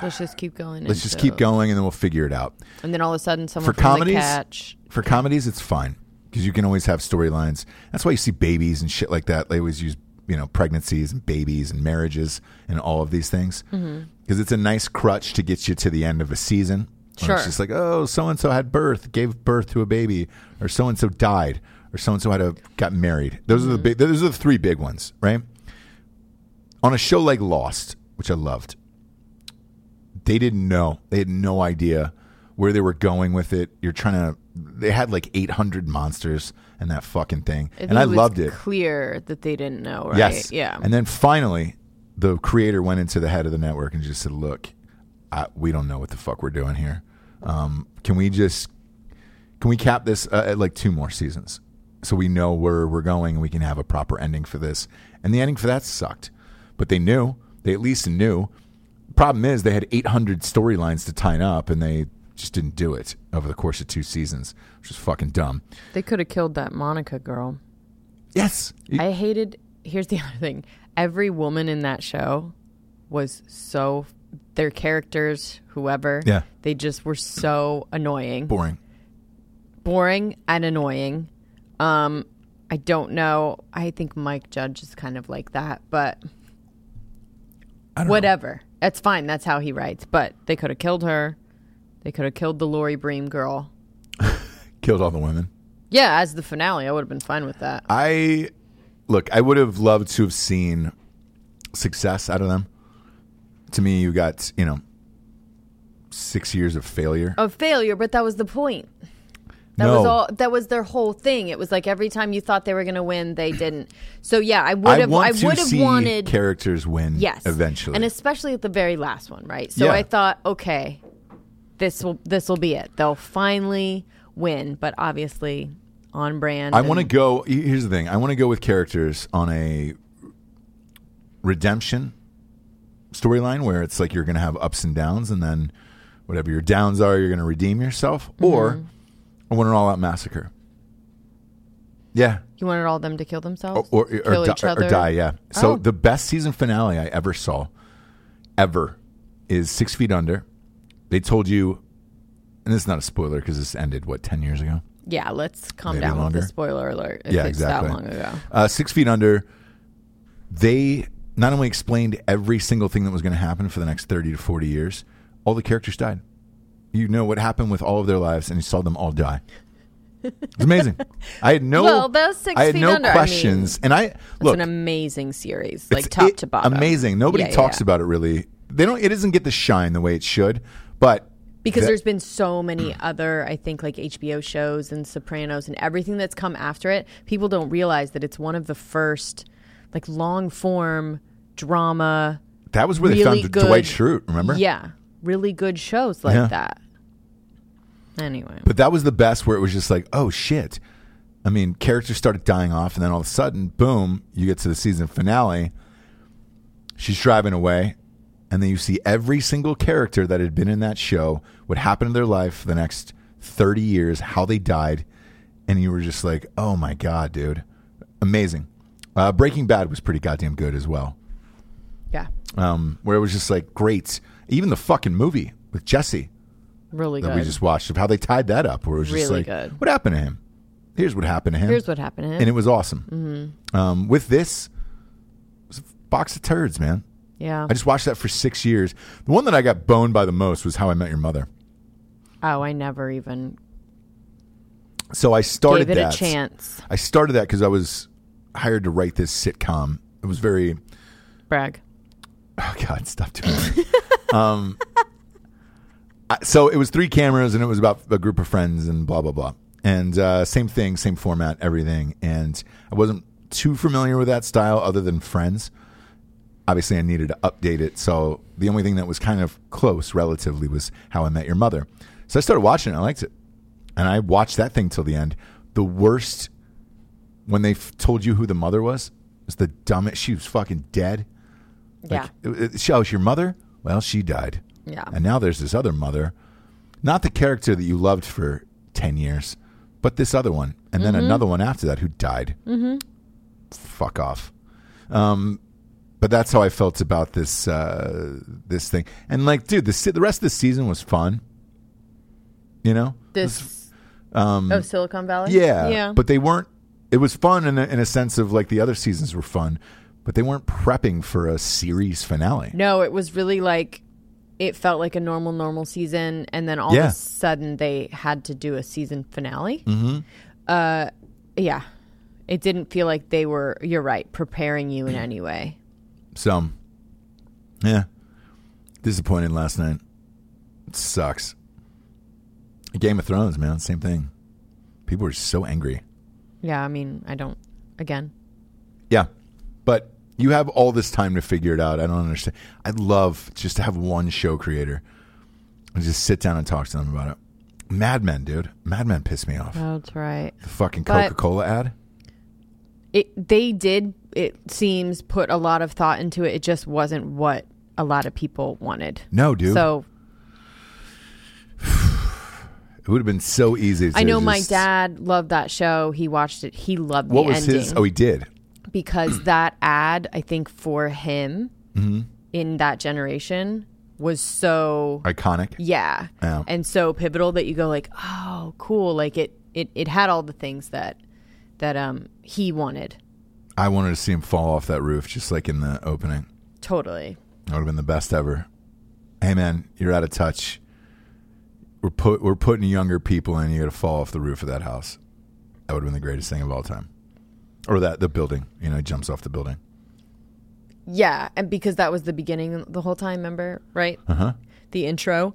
Speaker 3: Let's just keep going.
Speaker 1: Let's just keep going and then we'll figure it out.
Speaker 3: And then all of a sudden, someone
Speaker 1: for
Speaker 3: from
Speaker 1: comedies,
Speaker 3: the catch.
Speaker 1: for comedies, it's fine because you can always have storylines. That's why you see babies and shit like that. They always use you know pregnancies and babies and marriages and all of these things because it's a nice crutch to get you to the end of a season. where
Speaker 3: Sure.
Speaker 1: it's just like oh, so and so had birth, gave birth to a baby, or so and so died, or so and so had a got married. Those are the big. Those are the three big ones, right? On a show like Lost, which I loved, they didn't know. They had no idea where they were going with it. You're trying to. They had like 800 monsters and that fucking thing,
Speaker 3: I think
Speaker 1: and I
Speaker 3: was
Speaker 1: loved it.
Speaker 3: Clear that they didn't know, right?
Speaker 1: Yes,
Speaker 3: Yeah.
Speaker 1: And then finally, the creator went into the head of the network and just said, "Look, I, we don't know what the fuck we're doing here. Um, can we just can we cap this uh, at like two more seasons so we know where we're going and we can have a proper ending for this and the ending for that sucked but they knew they at least knew problem is they had 800 storylines to tie up and they just didn't do it over the course of two seasons which is fucking dumb
Speaker 3: they could have killed that Monica girl.
Speaker 1: yes
Speaker 3: I hated. Here's the other thing: every woman in that show was so their characters, whoever.
Speaker 1: Yeah.
Speaker 3: They just were so annoying,
Speaker 1: boring
Speaker 3: boring, and annoying. Um, I don't know. I think Mike Judge is kind of like that, but
Speaker 1: I don't know.
Speaker 3: whatever. That's fine. That's how he writes. But they could have killed her. They could have killed the Lori Bream girl.
Speaker 1: killed all the women
Speaker 3: Yeah, as the finale, I would have been fine with that.
Speaker 1: I look, I would have loved to have seen success out of them. To me, you got, you know, six years of failure.
Speaker 3: Of failure, but that was the point. Oh, That
Speaker 1: no,
Speaker 3: was all. That was their whole thing. It was like every time you thought they were going to win, they didn't. So yeah, I would
Speaker 1: I
Speaker 3: have. I,
Speaker 1: want to
Speaker 3: would have
Speaker 1: see
Speaker 3: wanted.
Speaker 1: characters win
Speaker 3: yes,
Speaker 1: eventually.
Speaker 3: and especially at the very last one, right? So
Speaker 1: Yeah.
Speaker 3: I thought, okay, this will this will be it. They'll finally win. But obviously, on brand.
Speaker 1: I want to
Speaker 3: and-
Speaker 1: go. he- Here's the thing. I want to go with characters on a redemption storyline where it's like you're going to have ups and downs, and then whatever your downs are, you're going to redeem yourself. Or
Speaker 3: Mm-hmm.
Speaker 1: I want an all-out massacre. Yeah,
Speaker 3: You wanted all them to kill themselves,
Speaker 1: or, or,
Speaker 3: kill
Speaker 1: or, di-
Speaker 3: each
Speaker 1: or
Speaker 3: other,
Speaker 1: die. Yeah. So
Speaker 3: Oh.
Speaker 1: the best season finale I ever saw, ever, is Six Feet Under. They told you and this is not a spoiler because this ended what ten years ago.
Speaker 3: Yeah, let's calm
Speaker 1: Maybe
Speaker 3: down
Speaker 1: longer.
Speaker 3: with the spoiler alert. If
Speaker 1: yeah,
Speaker 3: it's
Speaker 1: exactly.
Speaker 3: that long ago.
Speaker 1: Uh, Six Feet Under. They not only explained every single thing that was going to happen for the next thirty to forty years, all the characters died. You know what happened with all of their lives, and you saw them all die. It's amazing. I had no.
Speaker 3: Well, those Six
Speaker 1: I had
Speaker 3: Feet
Speaker 1: no
Speaker 3: Under, I mean,
Speaker 1: questions, and I
Speaker 3: It's
Speaker 1: look.
Speaker 3: an amazing series,
Speaker 1: It's
Speaker 3: like top
Speaker 1: it-
Speaker 3: to bottom.
Speaker 1: Amazing. Nobody
Speaker 3: Yeah, yeah,
Speaker 1: talks
Speaker 3: yeah.
Speaker 1: about it really. They don't. It doesn't get the shine the way it should. But
Speaker 3: because
Speaker 1: that-
Speaker 3: there's been so many other, I think, like HBO shows and Sopranos and everything that's come after it. People don't realize that it's one of the first, like, long form drama.
Speaker 1: that was where they
Speaker 3: really
Speaker 1: found
Speaker 3: good-
Speaker 1: Dwight Schrute. Remember?
Speaker 3: Yeah, really good shows like
Speaker 1: Yeah.
Speaker 3: that. Anyway,
Speaker 1: But that was the best where it was just like, oh shit. I mean, characters started dying off, and then all of a sudden, boom! You get to the season finale. She's driving away, and then you see every single character that had been in that show, what happened to their life for the next thirty years, how they died, and you were just like, oh my god, dude, amazing. Uh, Breaking Bad was pretty goddamn good as well.
Speaker 3: yeah,
Speaker 1: um, where it was just like great. Even the fucking movie with Jesse
Speaker 3: really
Speaker 1: that
Speaker 3: good.
Speaker 1: we just watched of how they tied that up, where it was just
Speaker 3: Really
Speaker 1: like,
Speaker 3: good.
Speaker 1: what happened to him? Here's what happened to him,
Speaker 3: Here's what Mm-hmm. happened to him.
Speaker 1: and it was awesome. Um, with this, it was a box of turds, man.
Speaker 3: yeah.
Speaker 1: I just watched that for six years. The one that I got boned by the most was How I Met Your Mother.
Speaker 3: oh, I never even
Speaker 1: So I started
Speaker 3: gave it
Speaker 1: that.
Speaker 3: a chance.
Speaker 1: I started that because I was hired to write this sitcom. It was very
Speaker 3: Brag.
Speaker 1: Oh God, stop doing that. um, I- so it was three cameras, and it was about a group of friends, and blah blah blah, and uh, same thing, same format, everything. And I wasn't too familiar with that style, other than Friends. Obviously, I needed to update it, so the only thing that was kind of close, relatively, was How I Met Your Mother. So I started watching it. I liked it, and I watched that thing till the end. The worst when they f- told you who the mother was was the dumbest. She was fucking dead.
Speaker 3: Yeah.
Speaker 1: Like, it- it- she, oh, it's your mother? Well, she died.
Speaker 3: Yeah.
Speaker 1: And now there's this other mother, not the character that you loved for 10 years, but this other one. And
Speaker 3: Mm-hmm.
Speaker 1: then another one after that who died. Mm-hmm. Fuck off. Um, but that's how I felt about this uh, this thing. And like, dude, the se- the rest of the season was fun. You know,
Speaker 3: This of Silicon Valley.
Speaker 1: um, yeah,
Speaker 3: yeah.
Speaker 1: But they weren't. It was fun in a, in a sense of like the other seasons were fun, but they weren't prepping for a series finale.
Speaker 3: no, it was really like it felt like a normal, normal season, and then all
Speaker 1: Yeah.
Speaker 3: of a sudden they had to do a season finale. Mm-hmm. Uh, yeah, it didn't feel like they were. You're right, preparing you in any way.
Speaker 1: So, yeah, disappointed last night. It sucks. Game of Thrones, man, same thing. People were so angry.
Speaker 3: Yeah, I mean, I don't. Again,
Speaker 1: Yeah, but you have all this time to figure it out. I don't understand. I'd love just to have one show creator and just sit down and talk to them about it. Mad Men, dude. Mad Men pissed me off.
Speaker 3: that's right.
Speaker 1: The fucking
Speaker 3: But-
Speaker 1: Coca Cola ad.
Speaker 3: It they did. It seems put a lot of thought into it. It just wasn't what a lot of people wanted.
Speaker 1: No, dude.
Speaker 3: So
Speaker 1: it would have been so easy. To
Speaker 3: I know my
Speaker 1: just-
Speaker 3: dad loved that show. He watched it. He loved
Speaker 1: What
Speaker 3: the
Speaker 1: was
Speaker 3: ending
Speaker 1: his? Oh, he did.
Speaker 3: because that ad, I think, for him
Speaker 1: Mm-hmm.
Speaker 3: in that generation was so
Speaker 1: Iconic.
Speaker 3: yeah,
Speaker 1: Yeah.
Speaker 3: and so pivotal that you go like, oh, cool. Like it, it, it had all the things that that um he wanted.
Speaker 1: I wanted to see him fall off that roof, just like in the opening.
Speaker 3: Totally.
Speaker 1: That would have been the best ever. Hey, man, you're out of touch. We're put we're putting younger people in. You got to fall off the roof of that house. That would have been the greatest thing of all time, or that the building. You know, he jumps off the building.
Speaker 3: Yeah, and because that was the beginning the whole time, remember? Right? Uh-huh. The intro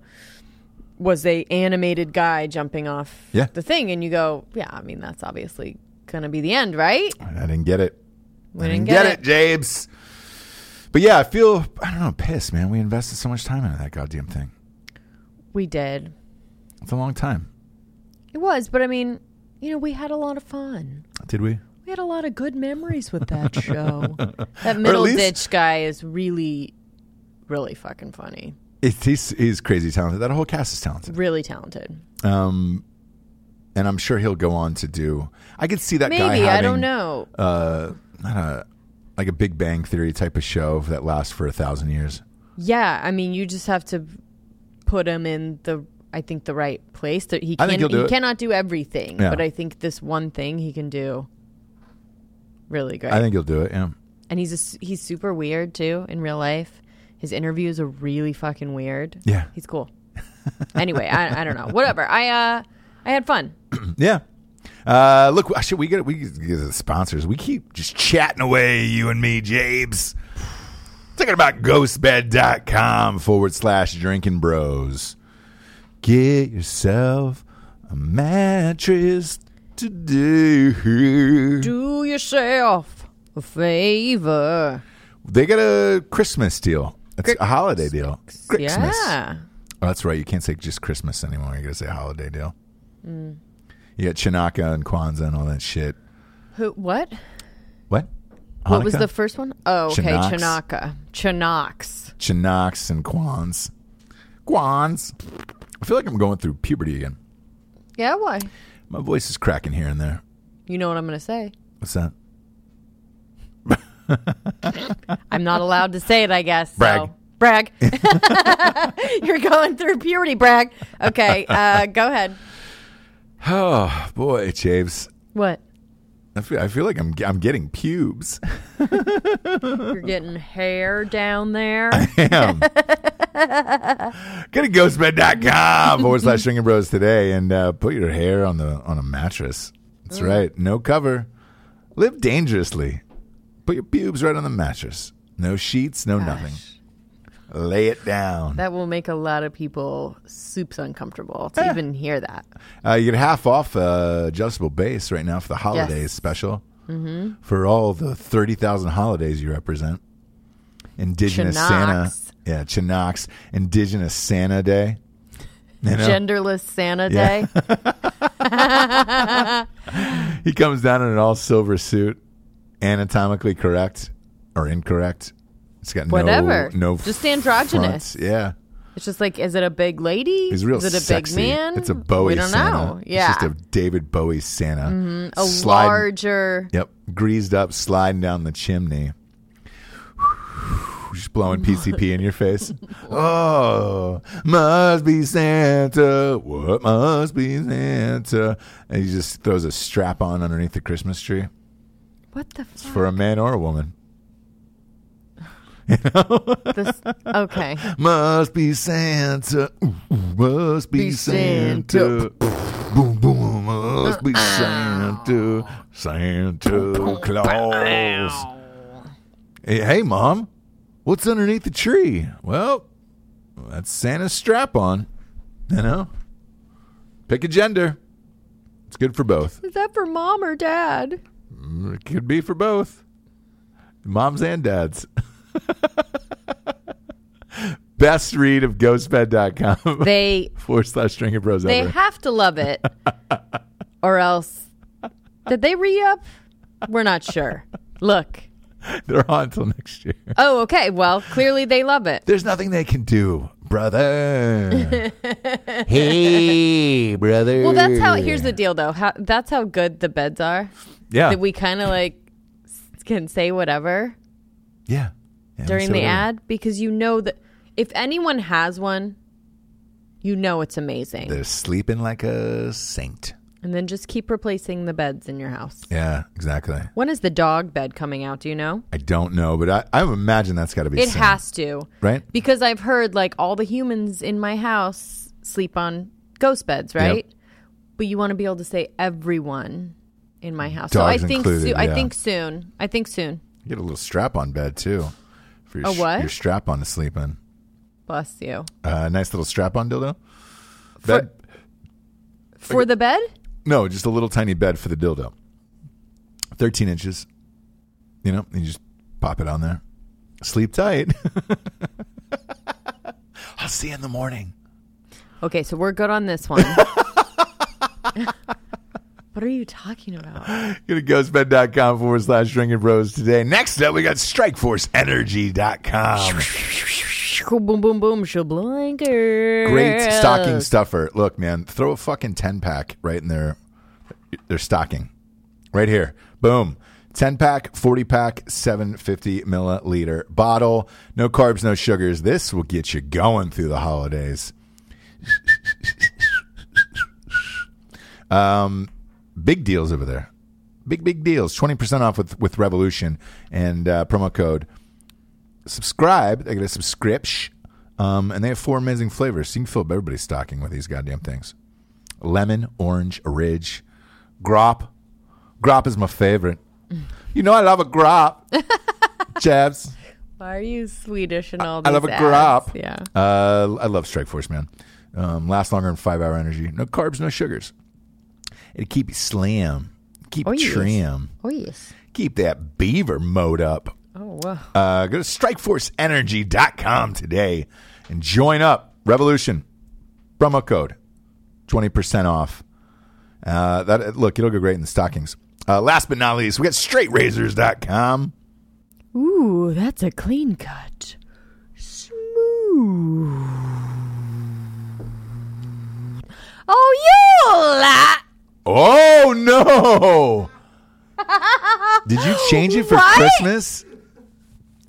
Speaker 3: was a animated guy jumping off
Speaker 1: Yeah.
Speaker 3: the thing and you go, yeah, I mean that's obviously going to be the end, right?
Speaker 1: I didn't get it.
Speaker 3: We
Speaker 1: I didn't get, it, James. But yeah, I feel I don't know pissed, man. We invested so much time into that goddamn thing.
Speaker 3: We did.
Speaker 1: It's a long time.
Speaker 3: It was, but I mean, you know, we had a lot of fun.
Speaker 1: Did we?
Speaker 3: We had a lot of good memories with that show. that middle
Speaker 1: least-
Speaker 3: ditch guy is really really fucking funny.
Speaker 1: It's, he's, he's crazy talented. That whole cast is talented.
Speaker 3: Really talented.
Speaker 1: Um, and I'm sure he'll go on to do. I could see that
Speaker 3: Maybe,
Speaker 1: guy. Having,
Speaker 3: I don't know.
Speaker 1: Uh, not a, like a Big Bang Theory type of show that lasts for a thousand years.
Speaker 3: Yeah, I mean, you just have to put him in the I think the right place that he
Speaker 1: I think
Speaker 3: can
Speaker 1: he'll do
Speaker 3: he
Speaker 1: it.
Speaker 3: cannot do everything,
Speaker 1: Yeah.
Speaker 3: but I think this one thing he can do really great.
Speaker 1: I think he'll do it. Yeah.
Speaker 3: and he's a s he's super weird too in real life. His interviews are really fucking weird.
Speaker 1: Yeah.
Speaker 3: he's cool. anyway, I, I don't know. Whatever. I uh I had fun.
Speaker 1: Yeah. Uh, look, should we get we get the sponsors? We keep just chatting away, you and me, Jabes. Thinking about ghostbed.com forward slash drinking bros. Get yourself a mattress today.
Speaker 3: Do yourself a favor.
Speaker 1: They got a Christmas deal. It's a holiday deal. Christmas.
Speaker 3: Yeah.
Speaker 1: Oh, that's right. You can't say just Christmas anymore. You got to say holiday deal.
Speaker 3: Mm.
Speaker 1: You got Chinaka and Kwanzaa and all that shit.
Speaker 3: Who? What?
Speaker 1: What?
Speaker 3: What was
Speaker 1: Hanukkah?
Speaker 3: the first one? Oh, okay.
Speaker 1: Chinooks.
Speaker 3: Chinaka. Chinox.
Speaker 1: Chinooks and Kwans. Kwans. I feel like I'm going through puberty again.
Speaker 3: Yeah. Why?
Speaker 1: My voice is cracking here and there.
Speaker 3: You know what I'm gonna say.
Speaker 1: What's that?
Speaker 3: I'm not allowed to say it, I guess. so-
Speaker 1: Brag.
Speaker 3: Brag. You're going through puberty, brag. Okay, uh, go ahead.
Speaker 1: Oh boy, Chaves.
Speaker 3: What?
Speaker 1: I feel, I feel like I'm I'm getting pubes.
Speaker 3: You're getting hair down there.
Speaker 1: Damn. Go to ghostbed.com forward slash drinking bros today and uh, put your hair on the on a mattress. That's right. No cover. Live dangerously. Put your pubes right on the mattress. No sheets, no nothing. Lay it down.
Speaker 3: That will make a lot of people soups uncomfortable to even hear that.
Speaker 1: Uh, you get half off uh, adjustable base right now for the holidays
Speaker 3: Yes.
Speaker 1: special mm-hmm. for all the 30,000 holidays you represent. Indigenous
Speaker 3: Chinooks.
Speaker 1: Santa. Yeah, Chinooks. Indigenous Santa Day. You know?
Speaker 3: Genderless Santa
Speaker 1: Yeah.
Speaker 3: Day.
Speaker 1: he comes down in an all silver suit, anatomically correct or incorrect. It's got
Speaker 3: Whatever.
Speaker 1: no, no
Speaker 3: Just androgynous.
Speaker 1: fronts. Yeah.
Speaker 3: It's just like, is it a big lady?
Speaker 1: He's real
Speaker 3: Is it a
Speaker 1: sexy.
Speaker 3: big man?
Speaker 1: It's a Bowie
Speaker 3: We don't
Speaker 1: Santa.
Speaker 3: know.
Speaker 1: It's
Speaker 3: Yeah. Mm-hmm.
Speaker 1: just a David Bowie Santa.
Speaker 3: a
Speaker 1: Sliding-
Speaker 3: larger.
Speaker 1: Yep. Greased up, sliding down the chimney. Just blowing PCP in your face. Oh, must be Santa. What must be Santa? And he just throws a strap on underneath the Christmas tree.
Speaker 3: What the
Speaker 1: It's
Speaker 3: fuck?
Speaker 1: for a man or a woman.
Speaker 3: This, okay.
Speaker 1: Must be Santa. Ooh, ooh, must be,
Speaker 3: Be
Speaker 1: Santa.
Speaker 3: Santa.
Speaker 1: boom, boom. Must be Santa. Santa Claus. Hey, hey, Mom. What's underneath the tree? Well, that's Santa's strap on. You know? Pick a gender. It's good for both.
Speaker 3: Is that for mom or dad?
Speaker 1: It could be for both moms and dads. Best read of ghostbed.com
Speaker 3: They
Speaker 1: forward slash drinking bros
Speaker 3: They
Speaker 1: ever.
Speaker 3: have to love it, or else did they re up? We're not sure. Look.
Speaker 1: They're on until next year.
Speaker 3: Oh, okay. Well, clearly they love it.
Speaker 1: There's nothing they can do, brother. hey, brother.
Speaker 3: Well, that's how. Here's the deal, though. How, that's how good the beds are.
Speaker 1: yeah
Speaker 3: That we kind of like s- can say whatever
Speaker 1: yeah. Yeah, we
Speaker 3: during
Speaker 1: said
Speaker 3: the
Speaker 1: whatever.
Speaker 3: ad because you know that if anyone has one, you know it's amazing.
Speaker 1: They're sleeping like a saint.
Speaker 3: and then just keep replacing the beds in your house.
Speaker 1: Yeah, exactly.
Speaker 3: When is the dog bed coming out? Do you know?
Speaker 1: I don't know, but I, I imagine that's got to be
Speaker 3: It
Speaker 1: soon,
Speaker 3: has to.
Speaker 1: right.
Speaker 3: because I've heard like all the humans in my house sleep on ghost beds, right? But you want to be able to say everyone in my house.
Speaker 1: Dogs
Speaker 3: so I think
Speaker 1: included,
Speaker 3: soo- I
Speaker 1: yeah.
Speaker 3: think soon. I think soon.
Speaker 1: Get a little strap on bed too. For your
Speaker 3: A
Speaker 1: sh-
Speaker 3: what?
Speaker 1: Your strap on to sleep in.
Speaker 3: Bless you.
Speaker 1: Uh, nice little strap on dildo.
Speaker 3: For-
Speaker 1: Bed?
Speaker 3: For the bed?
Speaker 1: No, just a little tiny bed for the dildo. 13 inches. You know, you just pop it on there. Sleep tight. I'll see you in the morning.
Speaker 3: Okay, so we're good on this one. what are you talking about?
Speaker 1: Go to ghostbed.com forward slash drinking bros today. Next up, we got strikeforceenergy.com.
Speaker 3: Boom boom boom shablanker.
Speaker 1: great stocking stuffer. Look, man, throw a fucking ten pack right in their their stocking, right here. Boom, ten pack, forty pack, seven fifty milliliter bottle. No carbs, no sugars. This will get you going through the holidays. Um, big deals over there. Big, big deals. 20% off with, with Revolution and uh, promo code. Subscribe. They get a subscription. Um, and they have four amazing flavors. So you can fill up everybody's stocking with these goddamn things lemon, orange, ridge, grop. Grop is my favorite. You know, I love a grop. Jabs.
Speaker 3: Why are you Swedish and all?
Speaker 1: I
Speaker 3: these
Speaker 1: love a
Speaker 3: ads?
Speaker 1: grop.
Speaker 3: Yeah.
Speaker 1: Uh, I love Strike Force, man. Um, lasts longer than five hour energy. No carbs, no sugars. It'll keep you slim, keep
Speaker 3: Oh,
Speaker 1: you
Speaker 3: yes.
Speaker 1: trim,
Speaker 3: Oh yes.
Speaker 1: keep that beaver mode up.
Speaker 3: Oh wow.
Speaker 1: Uh, go to strikeforceenergy.com today and join up. Revolution promo code 20% off. Uh, that look, it'll go great in the stockings. Uh, last but not least, we got straightrazors.com.
Speaker 3: Ooh, that's a clean cut. Smooth. Oh, yeah!
Speaker 1: Oh no! Did you change it for
Speaker 2: What?
Speaker 1: Christmas?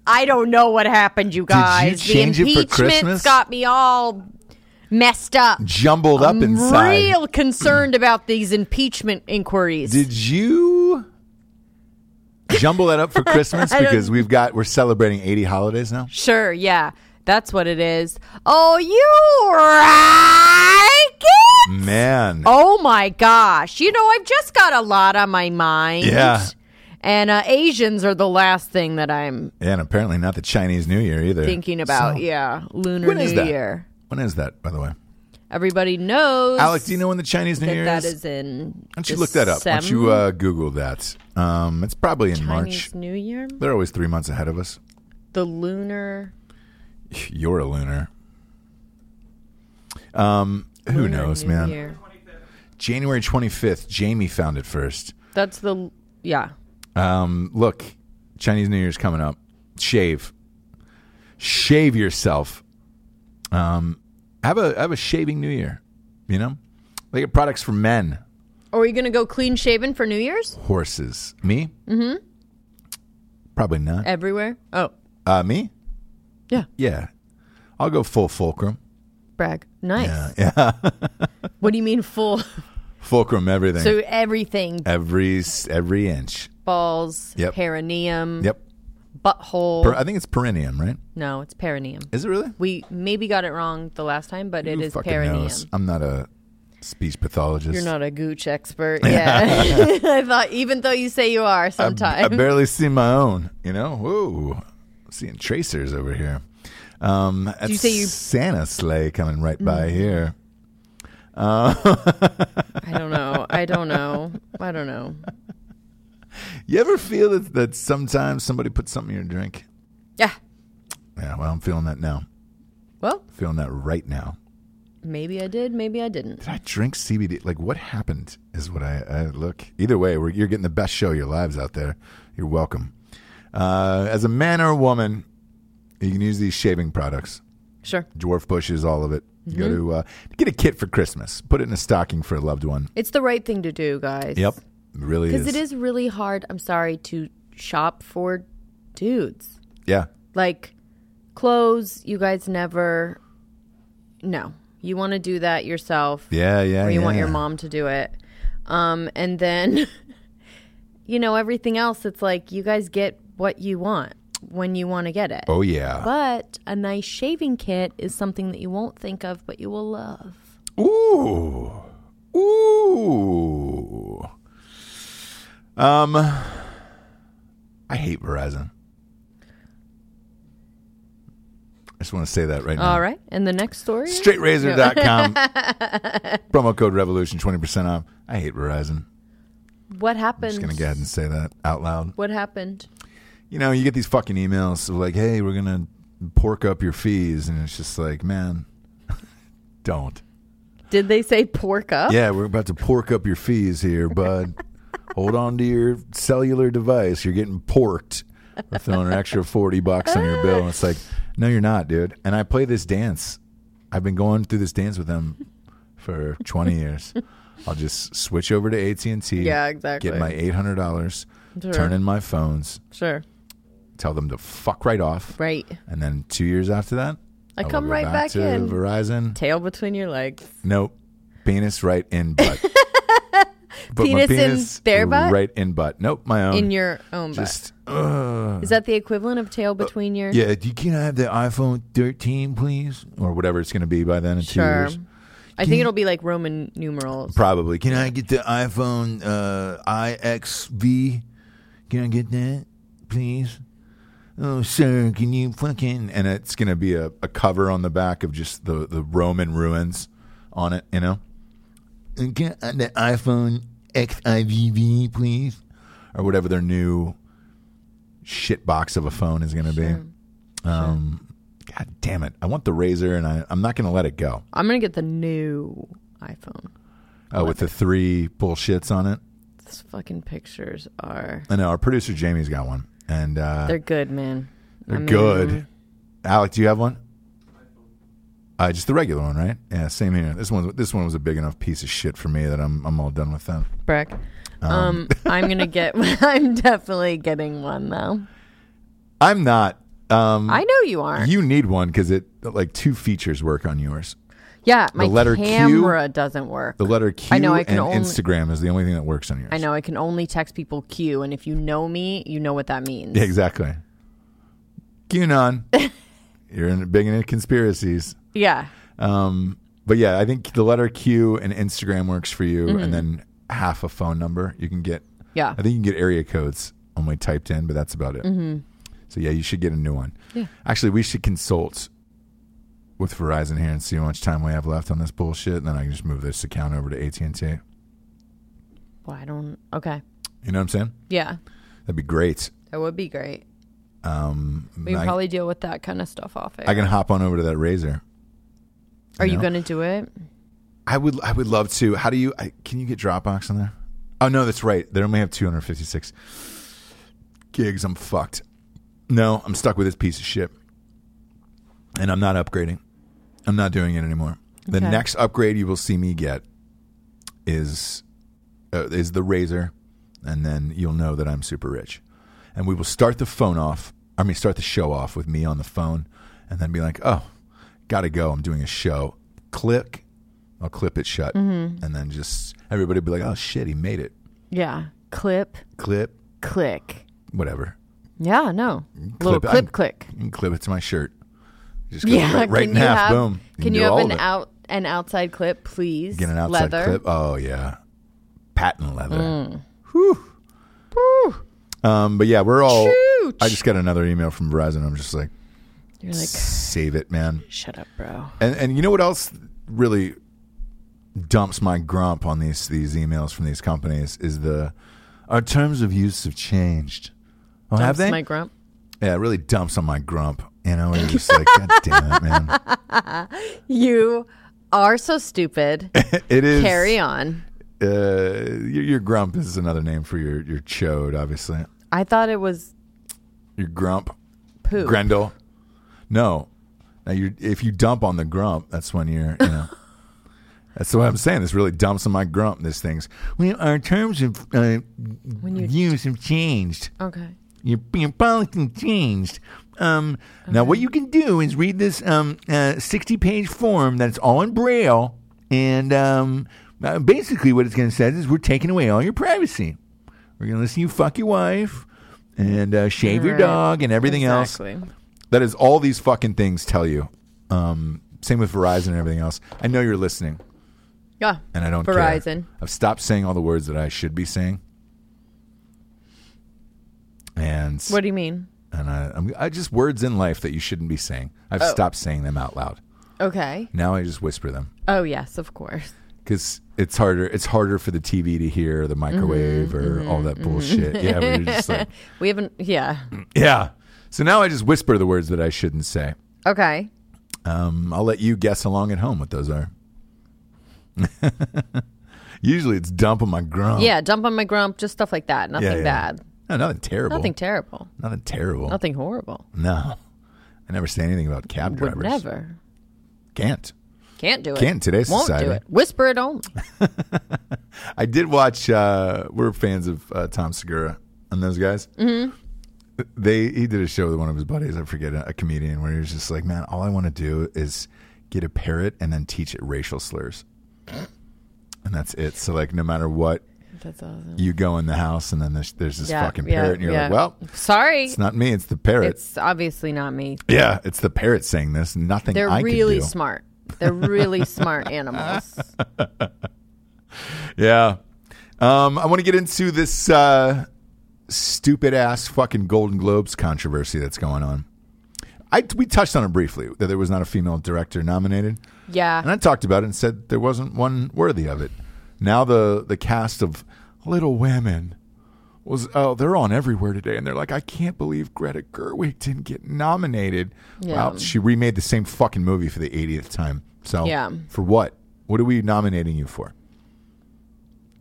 Speaker 2: I don't know what happened, you guys.
Speaker 1: change it
Speaker 2: the
Speaker 1: for
Speaker 2: impeachment's
Speaker 1: Christmas?
Speaker 2: got me all messed up.
Speaker 1: Jumbled up inside.
Speaker 2: Real concerned about these impeachment inquiries.
Speaker 1: Did you jumble that up for Christmas because we've got we're celebrating 80 holidays now?
Speaker 3: Sure, yeah. That's what it is. Oh, you like it?
Speaker 1: Man.
Speaker 3: Oh, my gosh. You know, I've just got a lot on my mind.
Speaker 1: Yeah.
Speaker 3: And uh, Asians are the last thing that I'm
Speaker 1: And apparently not the Chinese New Year either.
Speaker 3: thinking about.
Speaker 1: So,
Speaker 3: yeah. Lunar
Speaker 1: when
Speaker 3: New
Speaker 1: is that?
Speaker 3: Year.
Speaker 1: When is that, by the way?
Speaker 3: Everybody knows.
Speaker 1: Alex, do you know when the Chinese New
Speaker 3: that
Speaker 1: Year
Speaker 3: that
Speaker 1: is?
Speaker 3: is in.
Speaker 1: Why don't you look that up? Why don't you
Speaker 3: December?
Speaker 1: uh, Google that? Um, it's probably in March.
Speaker 3: Chinese New Year?
Speaker 1: They're always three months ahead of us.
Speaker 3: The lunar.
Speaker 1: You're a lunar. Um, who
Speaker 3: lunar
Speaker 1: knows,
Speaker 3: New
Speaker 1: man?
Speaker 3: Year.
Speaker 1: January 25th, Jamie found it first.
Speaker 3: That's the yeah.
Speaker 1: Um, look, Chinese New Year's coming up. Shave. Shave yourself. Um, have a have a shaving New Year, you know? They get products for men,
Speaker 3: Are we gonna go clean shaven for New Year's
Speaker 1: horses. Me? Mm-hmm. Probably not.
Speaker 3: everywhere? Oh,
Speaker 1: Uh, me?
Speaker 3: Yeah.
Speaker 1: Yeah. I'll go full fulcrum.
Speaker 3: brag. Nice.
Speaker 1: Yeah. yeah.
Speaker 3: What do you mean full?
Speaker 1: fulcrum everything.
Speaker 3: so everything:
Speaker 1: every every inch.
Speaker 3: balls,
Speaker 1: Yep.
Speaker 3: perineum,
Speaker 1: Yep.
Speaker 3: butthole.
Speaker 1: Per, I think it's perineum, right?
Speaker 3: no, it's perineum.
Speaker 1: Is it really?
Speaker 3: We maybe got it wrong the last time, but it
Speaker 1: Who
Speaker 3: is
Speaker 1: fucking
Speaker 3: perineum.
Speaker 1: knows? I'm not a speech pathologist.
Speaker 3: You're not a gooch expert. Yeah, I thought even though you say you are sometimes.
Speaker 1: I barely see my own. You know, whoa, seeing tracers over here. Um, that's
Speaker 3: you Mm-hmm. say you-
Speaker 1: Santa sleigh coming right by here?
Speaker 3: I don't know. I don't know. I don't know.
Speaker 1: You ever feel that, that sometimes somebody puts something in your drink?
Speaker 3: Yeah.
Speaker 1: Yeah, well, I'm feeling that now.
Speaker 3: Well,
Speaker 1: Feeling that right now.
Speaker 3: maybe I did. Maybe I didn't.
Speaker 1: Did I drink CBD? Like, what happened? Is what I, I look. Either way, we're, you're getting the best show of your lives out there. You're welcome. Uh, as a man or a woman, you can use these shaving products.
Speaker 3: Sure.
Speaker 1: dwarf bushes, all of it. You
Speaker 3: Mm-hmm.
Speaker 1: Go to uh, get a kit for Christmas. Put it in a stocking for a loved one.
Speaker 3: It's the right thing to do, guys.
Speaker 1: Yep, really is.
Speaker 3: Because it is really hard, I'm sorry, to shop for dudes.
Speaker 1: Yeah,
Speaker 3: Like clothes, you guys never. No. You want to do that yourself,
Speaker 1: yeah, yeah.
Speaker 3: or you
Speaker 1: yeah.
Speaker 3: want your mom to do it. Um, and then, you know, everything else, it's like you guys get what you want when you want to get it.
Speaker 1: Oh yeah.
Speaker 3: But a nice shaving kit is something that you won't think of, but you will love.
Speaker 1: Ooh, ooh. Um, I hate Verizon. I just want to say that right now.
Speaker 3: All right. And the next story?
Speaker 1: StraightRazor.com. Promo code Revolution, 20% off. I hate Verizon.
Speaker 3: What
Speaker 1: I'm
Speaker 3: happened?
Speaker 1: just going to go ahead and say that out loud.
Speaker 3: What happened?
Speaker 1: you know, you get these fucking emails of like, hey, we're gonna pork up your fees, and it's just like, man, don't.
Speaker 3: Did they say pork up?
Speaker 1: Yeah, we're about to pork up your fees here, bud. Hold on to your cellular device. You're getting porked. We're throwing an extra forty bucks on your bill, and it's like, no, you're not, dude. And I play this dance. I've been going through this dance with them for twenty years. I'll just switch over to AT and T.
Speaker 3: Yeah, exactly.
Speaker 1: Get my eight hundred dollars.
Speaker 3: Sure.
Speaker 1: Turn in my phones.
Speaker 3: Sure.
Speaker 1: Tell them to fuck right off.
Speaker 3: Right.
Speaker 1: And then two years after that,
Speaker 3: I
Speaker 1: will
Speaker 3: come
Speaker 1: go
Speaker 3: right back
Speaker 1: to
Speaker 3: in.
Speaker 1: Verizon.
Speaker 3: Tail between your legs.
Speaker 1: Nope, penis right in butt. Put
Speaker 3: Penis in their butt?
Speaker 1: Right in butt. Nope, my own.
Speaker 3: in your own butt.
Speaker 1: Just, ugh.
Speaker 3: Is that the equivalent of tail between your?
Speaker 1: Yeah, do you, can I have the iPhone 13, please? Or whatever it's going to be by then in two
Speaker 3: Sure.
Speaker 1: years.
Speaker 3: I think it'll be like Roman numerals.
Speaker 1: Probably. Can I get the iPhone uh, IXV? Can I get that, please? Oh, sir, can you fucking? And it's gonna be a, a cover on the back of just the the Roman ruins on it, you know. And can I, the iPhone XIVV, please, or whatever their new shit box of a phone is gonna be. Um, God damn it! I want the razor, and I, I'm not gonna let it go.
Speaker 3: I'm gonna get the new iPhone.
Speaker 1: Oh, with the three bullshits on it.
Speaker 3: These fucking pictures are
Speaker 1: I know our producer Jamie's got one, and uh,
Speaker 3: they're good, man.
Speaker 1: they're
Speaker 3: I mean,
Speaker 1: good. Alec, do you have one? Uh, just the regular one, right? Yeah, same here. This one, this one was a big enough piece of shit for me that I'm, I'm all done with that.
Speaker 3: Breck. Um, I'm gonna get. I'm definitely getting one though.
Speaker 1: I'm not. Um,
Speaker 3: I know you are.
Speaker 1: you need one because it like two features work on yours.
Speaker 3: yeah, my
Speaker 1: letter Q-
Speaker 3: camera doesn't work.
Speaker 1: The letter Q
Speaker 3: I know, I can
Speaker 1: and
Speaker 3: only-
Speaker 1: Instagram is the only thing that works on yours.
Speaker 3: I know I can only text people Q, and if you know me, you know what that means.
Speaker 1: Yeah, exactly. QAnon, you're in, big into conspiracies.
Speaker 3: Yeah.
Speaker 1: Um, but yeah, I think the letter Q and Instagram works for you,
Speaker 3: Mm-hmm.
Speaker 1: and then half a phone number you can get.
Speaker 3: Yeah.
Speaker 1: I think you can get area codes only typed in, but that's about it. Mm-hmm. So yeah, you should get a new one.
Speaker 3: Yeah.
Speaker 1: Actually, we should consult with Verizon here and see how much time we have left on this bullshit, and then I can just move this account over to AT and T. You
Speaker 3: Well, I don't. Okay.
Speaker 1: know what I'm saying?
Speaker 3: Yeah,
Speaker 1: That'd be great.
Speaker 3: that would be great.
Speaker 1: Um,
Speaker 3: We can
Speaker 1: I,
Speaker 3: probably deal with that kind of stuff off air.
Speaker 1: I can hop on over to that razor.
Speaker 3: Are you
Speaker 1: know?
Speaker 3: gonna do it?
Speaker 1: I would I would love to. How do you I, can you get Dropbox on there? Oh no, that's right. They only have 256 gigs. I'm fucked. No, I'm stuck with this piece of shit. And I'm not upgrading. I'm not doing it anymore. The
Speaker 3: Okay.
Speaker 1: next upgrade you will see me get is uh, is the Razor and then you'll know that I'm super rich. And we will start the phone off. I mean, start the show off with me on the phone, and then be like, "Oh, gotta go. I'm doing a show." Click. I'll clip it shut,
Speaker 3: Mm-hmm.
Speaker 1: and then just everybody be like, "Oh shit, he made it."
Speaker 3: Yeah. Clip,
Speaker 1: Clip,
Speaker 3: click.
Speaker 1: whatever.
Speaker 3: Yeah, no. Little
Speaker 1: it.
Speaker 3: clip,
Speaker 1: I'm-
Speaker 3: click.
Speaker 1: You can clip it to my shirt. Just
Speaker 3: Yeah.
Speaker 1: right, right
Speaker 3: can
Speaker 1: in
Speaker 3: you
Speaker 1: half.
Speaker 3: have,
Speaker 1: Boom.
Speaker 3: Can
Speaker 1: do
Speaker 3: you have
Speaker 1: all of
Speaker 3: an
Speaker 1: it.
Speaker 3: out an outside clip, please?
Speaker 1: Get an outside
Speaker 3: Leather. Mm.
Speaker 1: clip. Oh yeah, patent leather. Whew. Um, but yeah, we're all.
Speaker 3: Chooch.
Speaker 1: I just got another email from Verizon. I'm just like,
Speaker 3: You're like,
Speaker 1: save it, man.
Speaker 3: shut up, bro.
Speaker 1: And and you know what else really dumps my grump on these these emails from these companies is the our terms of use have changed. Oh, have
Speaker 3: Dumps
Speaker 1: they?
Speaker 3: My grump.
Speaker 1: yeah, it really dumps on my grump. You know, it's just like, God damn it, man.
Speaker 3: You are so stupid.
Speaker 1: It is.
Speaker 3: Carry on.
Speaker 1: Uh, your, your grump is another name for your your chode, obviously.
Speaker 3: I thought it was
Speaker 1: Your grump,
Speaker 3: poo.
Speaker 1: Grendel. No, now you if you dump on the grump, that's when you're. You know, that's what I'm saying. This really dumps on my grump. This thing's. Well, our terms of uh, use have changed.
Speaker 3: okay.
Speaker 1: Your, your policy changed. Um, Now, what you can do is read this um, uh, 60 page form that's all in Braille. And um, uh, basically, what it's going to say is we're taking away all your privacy. We're going to listen you fuck your wife and uh, shave your
Speaker 3: Right.
Speaker 1: dog and everything else.
Speaker 3: exactly.
Speaker 1: That is all these fucking things tell you. Um, same with Verizon and everything else. I know you're listening,
Speaker 3: Yeah.
Speaker 1: and I don't care.
Speaker 3: Verizon.
Speaker 1: I've stopped saying all the words that I should be saying. And
Speaker 3: What do you mean?
Speaker 1: and I, I'm, I just words in life that you shouldn't be saying. I've
Speaker 3: Oh.
Speaker 1: stopped saying them out loud.
Speaker 3: Okay.
Speaker 1: Now I just whisper them
Speaker 3: Oh yes, of course.
Speaker 1: because it's harder. It's harder for the TV to hear
Speaker 3: Mm-hmm,
Speaker 1: the microwave or all that bullshit. yeah, where you're just like,
Speaker 3: We haven't. Yeah.
Speaker 1: yeah. So now I just whisper the words that I shouldn't say.
Speaker 3: Okay.
Speaker 1: Um, I'll let you guess along at home what those are. Usually it's dump on my grump.
Speaker 3: Yeah. Dump on my grump. Just stuff like that. Nothing
Speaker 1: Oh. Yeah, yeah.
Speaker 3: bad.
Speaker 1: No, nothing terrible.
Speaker 3: Nothing terrible.
Speaker 1: Nothing terrible.
Speaker 3: Nothing horrible.
Speaker 1: No. I never say anything about cab drivers.
Speaker 3: Would never.
Speaker 1: Can't.
Speaker 3: Can't do it.
Speaker 1: Can't in today's
Speaker 3: Won't
Speaker 1: society.
Speaker 3: do it. Whisper it only.
Speaker 1: I did watch. Uh, we're fans of uh, Tom Segura and those guys. Mm-hmm. They he did a show with one of his buddies. I forget a, a comedian where he was just like, "Man, all I want to do is get a parrot and then teach it racial slurs, and that's it." So like, no matter what
Speaker 3: That's awesome.
Speaker 1: you go in the house and then there's, there's this fucking parrot and you're
Speaker 3: yeah.
Speaker 1: like, well,
Speaker 3: sorry,
Speaker 1: it's not me, it's the parrot.
Speaker 3: it's obviously not me.
Speaker 1: yeah, it's the parrot saying this. Nothing
Speaker 3: They're
Speaker 1: I could
Speaker 3: really
Speaker 1: do.
Speaker 3: smart. They're really smart animals.
Speaker 1: Yeah. Um, I want to get into this uh, stupid ass fucking Golden Globes controversy that's going on. I, we touched on it briefly that there was not a female director nominated. And
Speaker 3: Yeah,
Speaker 1: I talked about it and said there wasn't one worthy of it. Now the the cast of Little Women was oh they're on everywhere today, and they're like I can't believe Greta Gerwig didn't get nominated.
Speaker 3: Yeah.
Speaker 1: Wow, she remade the same fucking movie for the 80th time. So
Speaker 3: Yeah.
Speaker 1: for what? What are we nominating you for?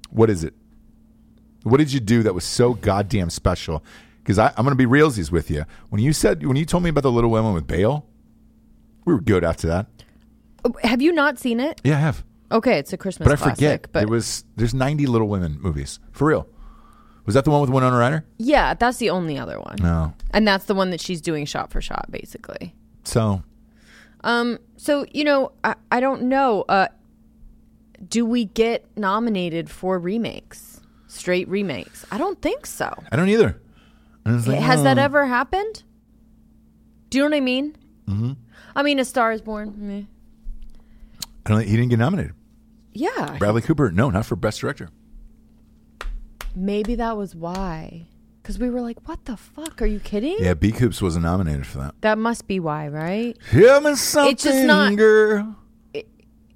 Speaker 1: What is it? What did you do that was so goddamn special? Because I'm going to be realsies with you. When you said when you told me about the Little Women with Bale, we were good after that.
Speaker 3: Oh, have you not seen it?
Speaker 1: Yeah, I have.
Speaker 3: Okay, it's a Christmas
Speaker 1: But I
Speaker 3: classic.
Speaker 1: forget.
Speaker 3: but
Speaker 1: there was there's 90 Little Women movies for real. Was that the one with Winona Ryder?
Speaker 3: yeah, that's the only other one,
Speaker 1: No.
Speaker 3: and that's the one that she's doing shot for shot, basically. Um,
Speaker 1: So
Speaker 3: So you know, I, I don't know. Uh, do we get nominated for remakes, straight remakes? I don't think so.
Speaker 1: I don't either. And it's like,
Speaker 3: Has
Speaker 1: oh.
Speaker 3: that ever happened? Do you know what I mean? Mm-hmm. I mean, A Star Is Born. meh.
Speaker 1: "Hmm." I don't, he didn't get nominated.
Speaker 3: Yeah,
Speaker 1: Bradley Cooper, no, not for Best Director.
Speaker 3: maybe that was why. Because we were like, "What the fuck? Are you kidding?"
Speaker 1: Yeah, B Coops wasn't nominated for that.
Speaker 3: That must be why, right?
Speaker 1: Him and something,
Speaker 3: not-
Speaker 1: girl.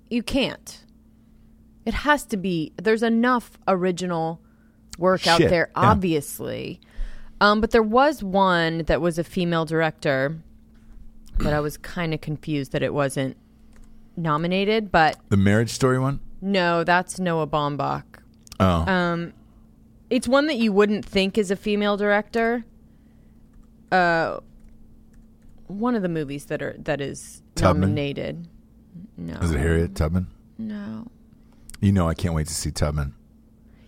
Speaker 3: You can't. It has to be. There's enough original work out
Speaker 1: Shit,
Speaker 3: there,
Speaker 1: yeah.
Speaker 3: obviously. Um, but there was one that was a female director that I was kind of confused that it wasn't nominated. But
Speaker 1: The Marriage Story one.
Speaker 3: no, that's Noah Baumbach.
Speaker 1: Oh,
Speaker 3: Um, It's one that you wouldn't think is a female director. Uh, one of the movies that are that is
Speaker 1: Tubman?
Speaker 3: nominated. No,
Speaker 1: is it Harriet Tubman?
Speaker 3: no.
Speaker 1: You know, I can't wait to see Tubman.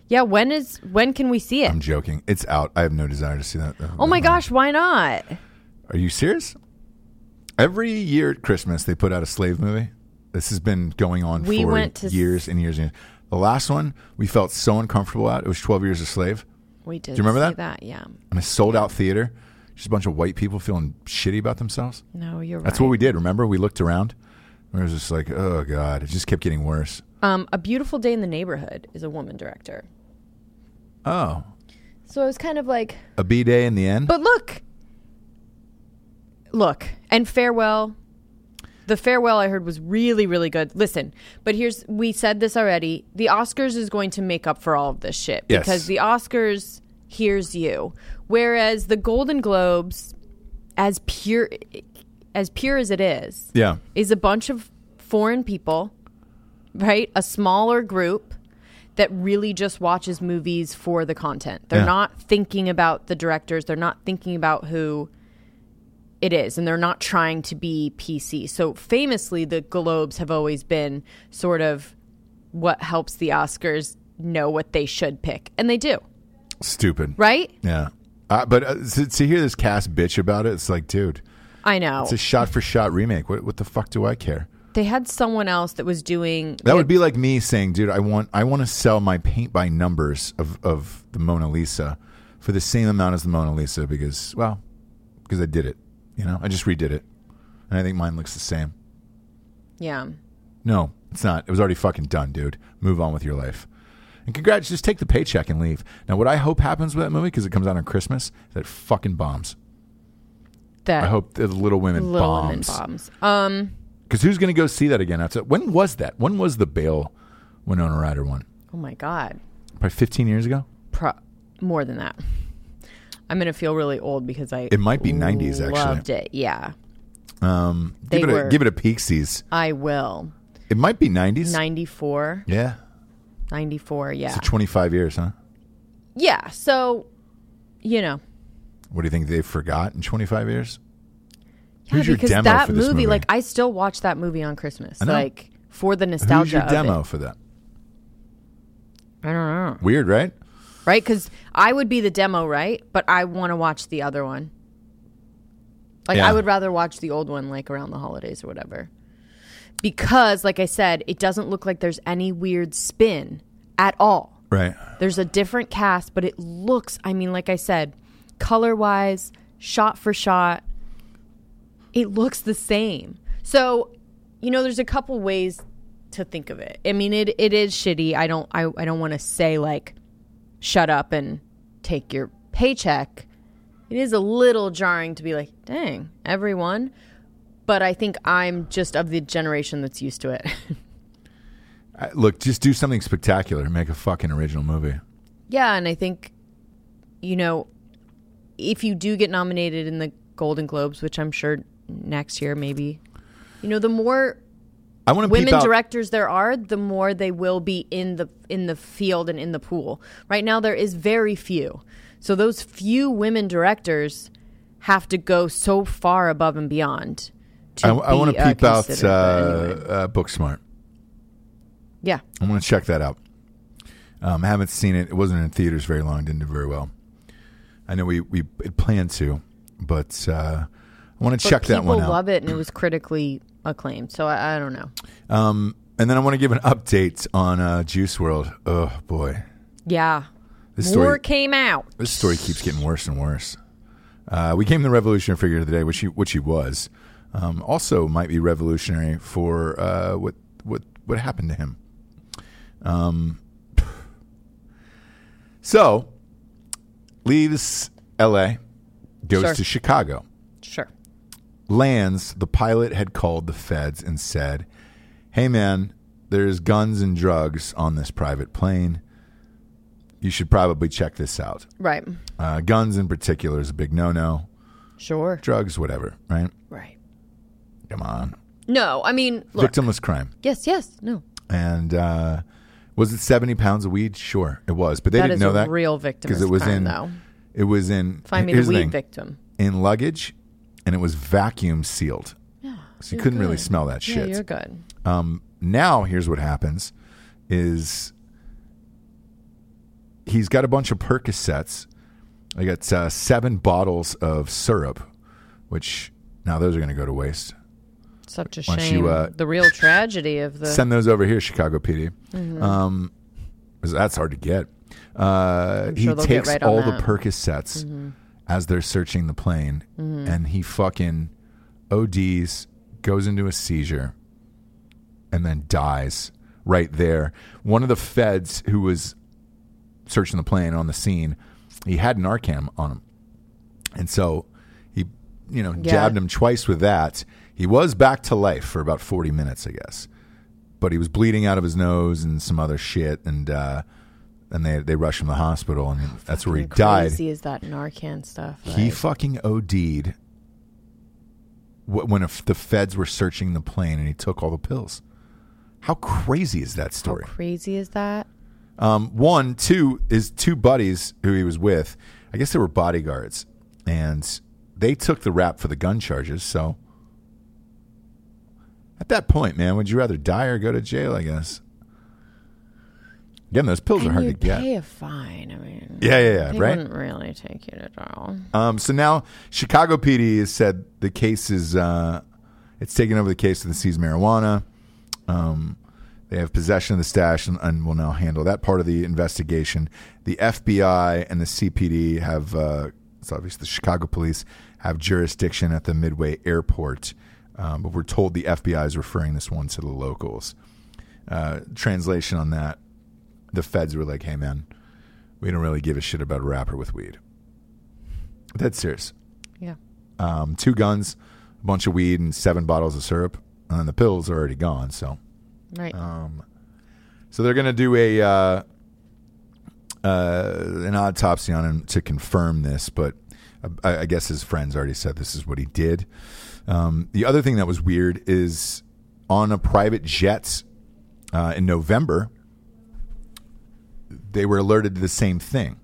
Speaker 3: Yeah, when is when can we see it?
Speaker 1: I'm joking. It's out. I have no desire to see that.
Speaker 3: Oh my gosh, why not?
Speaker 1: Are you serious? Every year at Christmas, they put out a slave movie. This has been going on
Speaker 3: We
Speaker 1: for
Speaker 3: went to s-
Speaker 1: years and years and years. The last one we felt so uncomfortable at. It was 12 Years a Slave
Speaker 3: We did.
Speaker 1: remember
Speaker 3: see
Speaker 1: that?
Speaker 3: Yeah.
Speaker 1: in a sold out theater. Just a bunch of white people feeling shitty about themselves.
Speaker 3: No, you're right.
Speaker 1: That's what we did. Remember, we looked around. We were just like, oh God, it just kept getting worse.
Speaker 3: Um, a beautiful day in the neighborhood is a woman director.
Speaker 1: Oh,
Speaker 3: So I was kind of like,
Speaker 1: a B day in the end?
Speaker 3: but look, look, and farewell. The farewell I heard was really, really good. Listen, but here's we said this already. The Oscars is going to make up for all of this shit
Speaker 1: Yes.
Speaker 3: because the Oscars hears you, whereas the Golden Globes, as pure, as pure as it is,
Speaker 1: yeah.
Speaker 3: is a bunch of foreign people, right? A smaller group that really just watches movies for the content. They're
Speaker 1: Yeah.
Speaker 3: not thinking about the directors, they're not thinking about who it is, and they're not trying to be PC. So famously, the Globes have always been sort of what helps the Oscars know what they should pick, and they do,
Speaker 1: Stupid.
Speaker 3: right?
Speaker 1: Yeah. Uh, but uh, to, to hear this cast bitch about it, it's like, dude,
Speaker 3: I know.
Speaker 1: it's a shot for shot remake. What, what the fuck do I care?
Speaker 3: they had someone else that was doing
Speaker 1: That would be like me saying, "Dude, I want I want to sell my paint by numbers of of the Mona Lisa for the same amount as the Mona Lisa because well, because I did it, you know? I just redid it. And I think mine looks the same.
Speaker 3: Yeah.
Speaker 1: No, it's not. It was already fucking done, dude. Move on with your life. And congrats, just take the paycheck and leave. Now, what I hope happens with that movie because it comes out on Christmas, is that it fucking bombs.
Speaker 3: That
Speaker 1: I hope that Little Women
Speaker 3: Little Women
Speaker 1: bombs.
Speaker 3: bombs. Um
Speaker 1: Because who's going to go see that again? After when was that? When was the Bale Winona Ryder one?
Speaker 3: Oh my god,
Speaker 1: Probably 15 years ago.
Speaker 3: Pro- more than that. I'm gonna feel really old because I
Speaker 1: It might be 90s, actually.
Speaker 3: Loved it, yeah.
Speaker 1: Um,
Speaker 3: They
Speaker 1: give it a
Speaker 3: were-
Speaker 1: give it a peeksies.
Speaker 3: I will.
Speaker 1: It might be nineties.
Speaker 3: 94,
Speaker 1: Yeah,
Speaker 3: 94, yeah,
Speaker 1: so twenty five years, huh?
Speaker 3: yeah. So, you know,
Speaker 1: What do you think they forgot in twenty five years?
Speaker 3: yeah,
Speaker 1: Who's your
Speaker 3: because
Speaker 1: demo
Speaker 3: that
Speaker 1: for this movie?
Speaker 3: like I still watch that movie on Christmas,
Speaker 1: know.
Speaker 3: like for the nostalgia.
Speaker 1: Who's your
Speaker 3: of
Speaker 1: demo
Speaker 3: it.
Speaker 1: for that?
Speaker 3: I don't know,
Speaker 1: Weird, right?
Speaker 3: right? Because I would be the demo, right? But I want to watch the other one. Like
Speaker 1: Yeah.
Speaker 3: I would rather watch the old one, like around the holidays or whatever. Because, like I said, it doesn't look like there's any weird spin at all.
Speaker 1: Right.
Speaker 3: There's a different cast, but it looks, I mean, like I said, color wise, shot for shot, it looks the same. So, you know, there's a couple ways to think of it. I mean, it, it is shitty. I don't I, I don't want to say like shut up and take your paycheck. It is a little jarring to be like, dang, everyone. But I think I'm just of the generation that's used to it.
Speaker 1: I, look, just do something spectacular. Make a fucking original movie.
Speaker 3: yeah, and I think, you know, if you do get nominated in the Golden Globes, which I'm sure next year maybe, you know, the more
Speaker 1: I want to
Speaker 3: women
Speaker 1: peep out-
Speaker 3: directors there are, the more they will be in the in the field and in the pool. Right now, there is very few, so those few women directors have to go so far above and beyond. To
Speaker 1: I, I
Speaker 3: be,
Speaker 1: want to
Speaker 3: uh,
Speaker 1: peep out uh,
Speaker 3: considered. But anyway.
Speaker 1: uh, Booksmart.
Speaker 3: Yeah,
Speaker 1: I'm going to check that out. Um, I haven't seen it. It wasn't in theaters very long. Didn't do very well. I know we we had planned to, but uh, I want to
Speaker 3: But
Speaker 1: check that one
Speaker 3: people
Speaker 1: out.
Speaker 3: love it, and it was critically acclaimed. So I, I don't know.
Speaker 1: Um, and then I want to give an update on uh, Juice World. Oh boy,
Speaker 3: Yeah,
Speaker 1: this
Speaker 3: more
Speaker 1: story
Speaker 3: came out.
Speaker 1: this story keeps getting worse and worse. Uh, we came the revolutionary figure of the day, which he which he was. Um, also, might be revolutionary for uh, what what what happened to him. Um, so leaves L.A., goes
Speaker 3: Sure.
Speaker 1: to Chicago
Speaker 3: Sure.
Speaker 1: lands, the pilot had called the feds and said, Hey, man, there's guns and drugs on this private plane. You should probably check this out.
Speaker 3: Right.
Speaker 1: Uh, guns in particular is a big no no.
Speaker 3: Sure.
Speaker 1: Drugs, whatever, right?
Speaker 3: Right.
Speaker 1: Come on.
Speaker 3: No, I mean, look.
Speaker 1: Victimless crime.
Speaker 3: Yes. Yes. No.
Speaker 1: And uh, was it 70 pounds of weed? Sure, it was. But they
Speaker 3: That
Speaker 1: didn't
Speaker 3: is
Speaker 1: know
Speaker 3: a
Speaker 1: that.
Speaker 3: real victim.
Speaker 1: 'cause it was in.
Speaker 3: though.
Speaker 1: It was in.
Speaker 3: Find me
Speaker 1: here's
Speaker 3: the weed
Speaker 1: thing.
Speaker 3: victim.
Speaker 1: In luggage, and it was vacuum sealed.
Speaker 3: Yeah.
Speaker 1: So you
Speaker 3: you're
Speaker 1: couldn't really
Speaker 3: good.
Speaker 1: smell that
Speaker 3: Yeah,
Speaker 1: shit.
Speaker 3: you're good.
Speaker 1: Um, now here's what happens: is he's got a bunch of Percocets. I got uh, seven bottles of syrup, which now those are going to go to waste.
Speaker 3: Such a
Speaker 1: Why don't
Speaker 3: shame.
Speaker 1: you, uh,
Speaker 3: the real tragedy of the
Speaker 1: Send those over here, Chicago PD.
Speaker 3: Mm-hmm.
Speaker 1: Um, 'cause that's hard to get. Uh,
Speaker 3: sure
Speaker 1: he
Speaker 3: they'll get
Speaker 1: takes
Speaker 3: right on
Speaker 1: all the
Speaker 3: that. Mm-hmm.
Speaker 1: Percocets as they're searching the plane, and he fucking ODs, goes into a seizure, and then dies right there. One of the feds who was searching the plane on the scene, he had Narcan on him, and so he, you know, jabbed him twice with that. He was back to life for about forty minutes, I guess, but he was bleeding out of his nose and some other shit, and uh, and they they rushed him to the hospital, and that's where he died.
Speaker 3: crazy is that Narcan stuff.
Speaker 1: He
Speaker 3: like-
Speaker 1: fucking OD'd wh- when a f the feds were searching the plane and he took all the pills. How crazy is that
Speaker 3: how
Speaker 1: story?
Speaker 3: crazy is that?
Speaker 1: Um, one, two is two buddies who he was with. I guess they were bodyguards, and they took the rap for the gun charges. So at that point, man, would you rather die or go to jail? I guess. Again, those pills are
Speaker 3: and
Speaker 1: hard to
Speaker 3: you'd
Speaker 1: get.
Speaker 3: pay a fine. I mean,
Speaker 1: Yeah, yeah, yeah.
Speaker 3: they
Speaker 1: Right.
Speaker 3: wouldn't really take you to jail.
Speaker 1: Um, so now Chicago PD has said the case is uh, it's taken over the case of the seized marijuana. Um, they have possession of the stash and, and will now handle that part of the investigation. The FBI and the CPD have uh, it's obvious the Chicago police have jurisdiction at the Midway Airport, um, but we're told the FBI is referring this one to the locals. Uh, translation on that: the feds were like, "Hey, man, we don't really give a shit about a rapper with weed." That's serious.
Speaker 3: Yeah.
Speaker 1: Um, two guns, a bunch of weed, and seven bottles of syrup. And then the pills are already gone. So,
Speaker 3: Right.
Speaker 1: Oh. Um, so they're gonna do a uh, uh, an autopsy on him to confirm this. But I, I guess his friends already said this is what he did. Um, the other thing that was weird is on a private jet uh, in November, they were alerted to the same thing.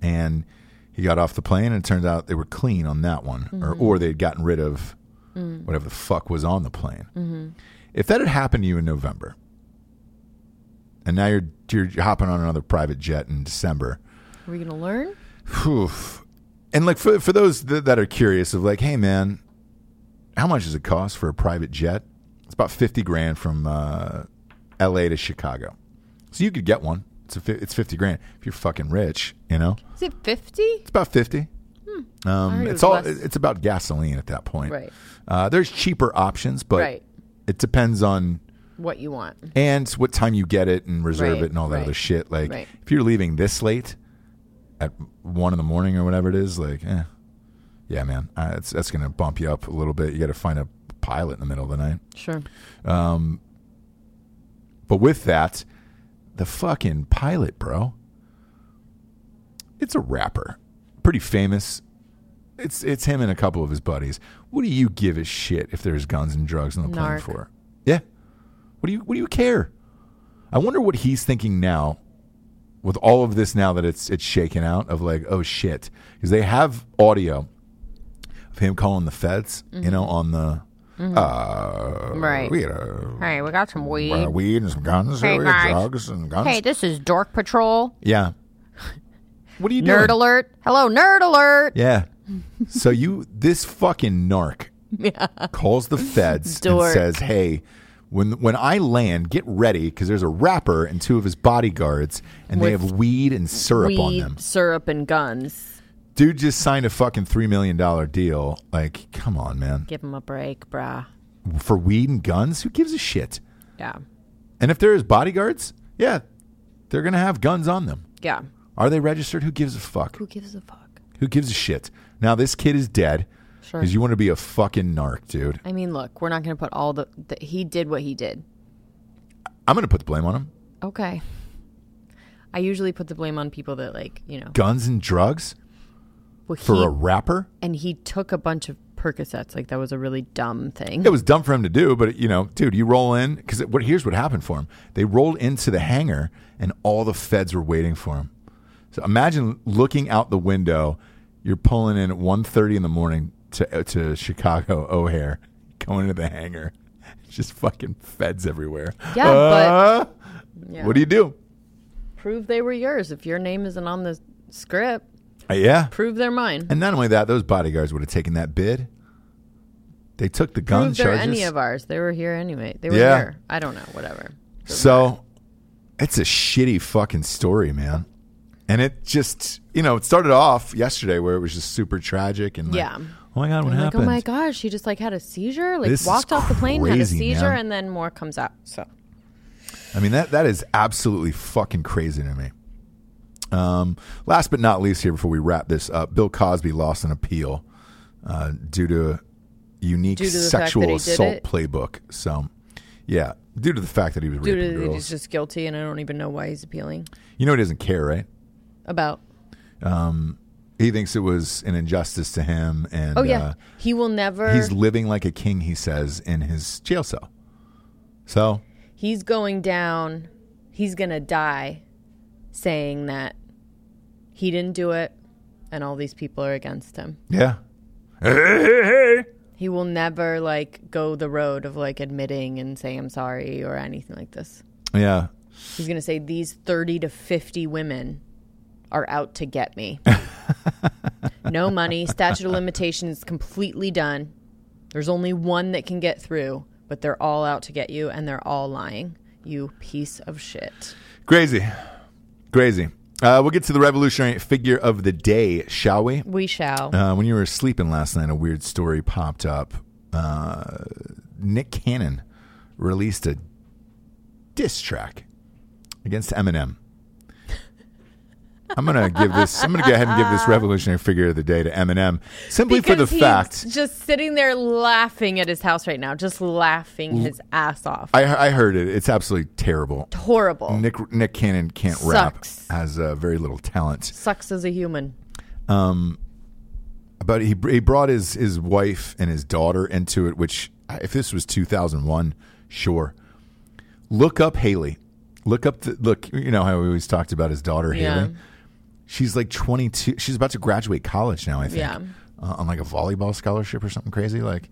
Speaker 1: And he got off the plane, and it turns out they were clean on that one, or, or they had gotten rid of
Speaker 3: Mm,
Speaker 1: whatever the fuck was on the plane.
Speaker 3: mm-hmm.
Speaker 1: If that had happened to you in November, and now you're, you're hopping on another private jet in December,
Speaker 3: Are we gonna learn?
Speaker 1: Phew. And like for for those th- that are curious of like, hey man, how much does it cost for a private jet? It's about fifty grand from uh, L.A. to Chicago, so you could get one. It's a, fi- it's fifty grand. If you're fucking rich, you know,
Speaker 3: Is it 50?
Speaker 1: it's about fifty.
Speaker 3: Hmm. heard
Speaker 1: Um,
Speaker 3: it
Speaker 1: it's
Speaker 3: was
Speaker 1: all
Speaker 3: less.
Speaker 1: it's about gasoline at that point.
Speaker 3: Right.
Speaker 1: Uh, there's cheaper options, but
Speaker 3: Right.
Speaker 1: it depends on
Speaker 3: What you want.
Speaker 1: and what time you get it and reserve
Speaker 3: Right,
Speaker 1: it and all that
Speaker 3: right,
Speaker 1: other shit. Like
Speaker 3: right.
Speaker 1: if you're leaving this late at one in the morning or whatever it is, like eh, yeah, man, uh, that's that's gonna bump you up a little bit. You got to find a pilot in the middle of the night.
Speaker 3: Sure.
Speaker 1: Um, But with that, the fucking pilot, bro. It's a rapper, pretty famous. It's it's him and a couple of his buddies. What do you give a shit if there's guns and drugs on the plane
Speaker 3: Narc.
Speaker 1: for? Yeah. What do you what do you care? I wonder what he's thinking now with all of this now that it's it's shaken out of like oh shit because they have audio of him calling the feds, you know, on the uh
Speaker 3: Mm-hmm. Right.
Speaker 1: we had a
Speaker 3: Hey, we got some weed.
Speaker 1: uh, weed and some guns.
Speaker 3: Hey,
Speaker 1: we had
Speaker 3: guys.
Speaker 1: drugs and guns.
Speaker 3: Hey, this is Dork Patrol.
Speaker 1: yeah. What are you
Speaker 3: Nerd
Speaker 1: doing?
Speaker 3: alert. Hello, nerd alert.
Speaker 1: Yeah. so you, this fucking narc, calls the feds and
Speaker 3: Dork.
Speaker 1: says, "Hey, when when I land, get ready because there's a rapper and two of his bodyguards, and they
Speaker 3: With
Speaker 1: have weed and syrup on
Speaker 3: Weed,
Speaker 1: them.
Speaker 3: syrup, and guns.
Speaker 1: Dude just signed a fucking three million dollar deal. Like, come on, man.
Speaker 3: Give him a break, brah.
Speaker 1: For weed and guns, who gives a shit?
Speaker 3: Yeah.
Speaker 1: And if there is bodyguards, yeah, they're gonna have guns on them."
Speaker 3: Yeah.
Speaker 1: Are they registered? Who gives a fuck?
Speaker 3: Who gives a fuck?
Speaker 1: Who gives a shit? Now this kid is dead because
Speaker 3: Sure.
Speaker 1: you want to be a fucking narc, dude.
Speaker 3: I mean, look, we're not going to put all the, the. He did what he did.
Speaker 1: I'm gonna put the blame on him.
Speaker 3: Okay. I usually put the blame on people that, like, you know.
Speaker 1: Guns and drugs
Speaker 3: Well,
Speaker 1: for
Speaker 3: he,
Speaker 1: a rapper.
Speaker 3: and he took a bunch of Percocets. Like, that was a really dumb thing.
Speaker 1: It was dumb for him to do, but you know, dude, you roll in because what here's what happened for him. They rolled into the hangar and all the feds were waiting for him. So imagine looking out the window. You're pulling in at 1.30 in the morning to uh, to Chicago O'Hare, going to the hangar. Just fucking feds everywhere.
Speaker 3: Yeah,
Speaker 1: Uh,
Speaker 3: Yeah.
Speaker 1: What do you do?
Speaker 3: prove they were yours. If your name isn't on the script,
Speaker 1: Uh, yeah.
Speaker 3: prove they're mine.
Speaker 1: And not only that, those bodyguards would have taken that bid. They took the gun
Speaker 3: Prove they're
Speaker 1: charges.
Speaker 3: any of ours. They were here anyway. They were
Speaker 1: Yeah.
Speaker 3: here. I don't know. Whatever.
Speaker 1: so it's a shitty fucking story, man. And it just, you know, it started off yesterday where it was just super tragic and like,
Speaker 3: Yeah.
Speaker 1: oh my god, what
Speaker 3: I'm like,
Speaker 1: happened?
Speaker 3: oh my gosh, she just like had a seizure. Like
Speaker 1: This is
Speaker 3: walked off the plane, had a
Speaker 1: crazy,
Speaker 3: seizure,
Speaker 1: man.
Speaker 3: and then more comes out. So
Speaker 1: I mean that that is absolutely fucking crazy to me. Um, last but not least, here before we wrap this up, Bill Cosby lost an appeal uh, due to a unique
Speaker 3: Due to the fact that
Speaker 1: sexual
Speaker 3: he did
Speaker 1: assault
Speaker 3: it?
Speaker 1: playbook. So, yeah, due to the fact that he was
Speaker 3: due
Speaker 1: raping
Speaker 3: to
Speaker 1: girls,
Speaker 3: he's just guilty, and I don't even know why he's appealing
Speaker 1: you know he doesn't care, right?
Speaker 3: about.
Speaker 1: He thinks it was an injustice to him, and
Speaker 3: Oh yeah,
Speaker 1: uh,
Speaker 3: he will never.
Speaker 1: he's
Speaker 3: He's,
Speaker 1: living like a king. He says in his jail cell. So
Speaker 3: going down. He's gonna die, saying that he didn't do it, and all these people are against him.
Speaker 1: yeah, Hey, hey, hey.
Speaker 3: He will never like go the road of like admitting and saying I'm sorry or anything like this.
Speaker 1: yeah.
Speaker 3: He's going to say these 30 to 50 women are out to get me. no money, statute of limitations is completely done. There's only one that can get through, but they're all out to get you and they're all lying. You piece of shit.
Speaker 1: Crazy. Crazy. Uh, we'll get to the revolutionary figure of the day, shall we?
Speaker 3: We shall.
Speaker 1: Uh, when you were sleeping last night, a weird story popped up. Uh, Nick Cannon released a diss track against Eminem. I'm gonna give this. I'm gonna go ahead and give this revolutionary figure of the day to Eminem, simply for the
Speaker 3: he's
Speaker 1: fact
Speaker 3: just sitting there laughing at his house right now, just laughing his ass off.
Speaker 1: I, Mm. I heard it. It's absolutely terrible.
Speaker 3: Horrible.
Speaker 1: Nick Nick Cannon can't rap.
Speaker 3: Sucks.
Speaker 1: Has uh, very little talent.
Speaker 3: Sucks as a human.
Speaker 1: but he he brought his his wife and his daughter into it. Which, uh, if this was two thousand one, sure. Look up Haley. Look up the look. You know how we always talked about his daughter
Speaker 3: Yeah.
Speaker 1: Haley. She's like twenty two. She's about to graduate college now. I think.
Speaker 3: Yeah.
Speaker 1: Uh, on like a volleyball scholarship or something crazy. Like,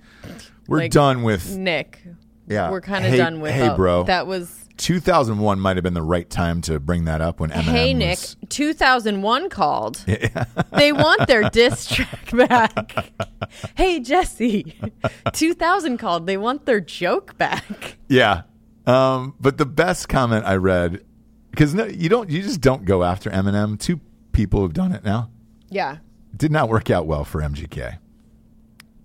Speaker 1: we're
Speaker 3: Like-
Speaker 1: done with
Speaker 3: Nick.
Speaker 1: Yeah.
Speaker 3: We're kind of
Speaker 1: Hey-
Speaker 3: done with
Speaker 1: hey,
Speaker 3: the-
Speaker 1: bro.
Speaker 3: That was 20
Speaker 1: 2001. Might have been the right time to bring that up when Eminem.
Speaker 3: Hey Nick,
Speaker 1: was-
Speaker 3: 2001 called. they want their diss track back. hey Jesse, 2000 called. They want their joke back.
Speaker 1: Yeah. Um, but the best comment I read because no, you don't. You just don't go after Eminem. Two people have done it now.
Speaker 3: Yeah.
Speaker 1: It did not work out well for MGK.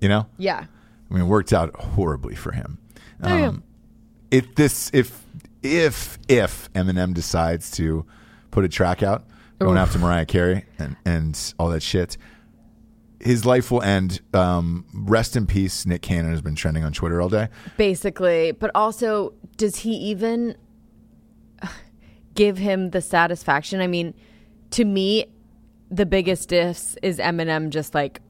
Speaker 1: You know,
Speaker 3: Yeah.
Speaker 1: I mean, it worked out horribly for him.
Speaker 3: Oh, yeah.
Speaker 1: Um, if this, if if if Eminem decides to put a track out going after Mariah Carey and and all that shit, his life will end. Um, rest in peace. Nick Cannon has been trending on Twitter all day.
Speaker 3: Basically. But also, does he even give him the satisfaction? I mean, to me, the biggest diss is Eminem just like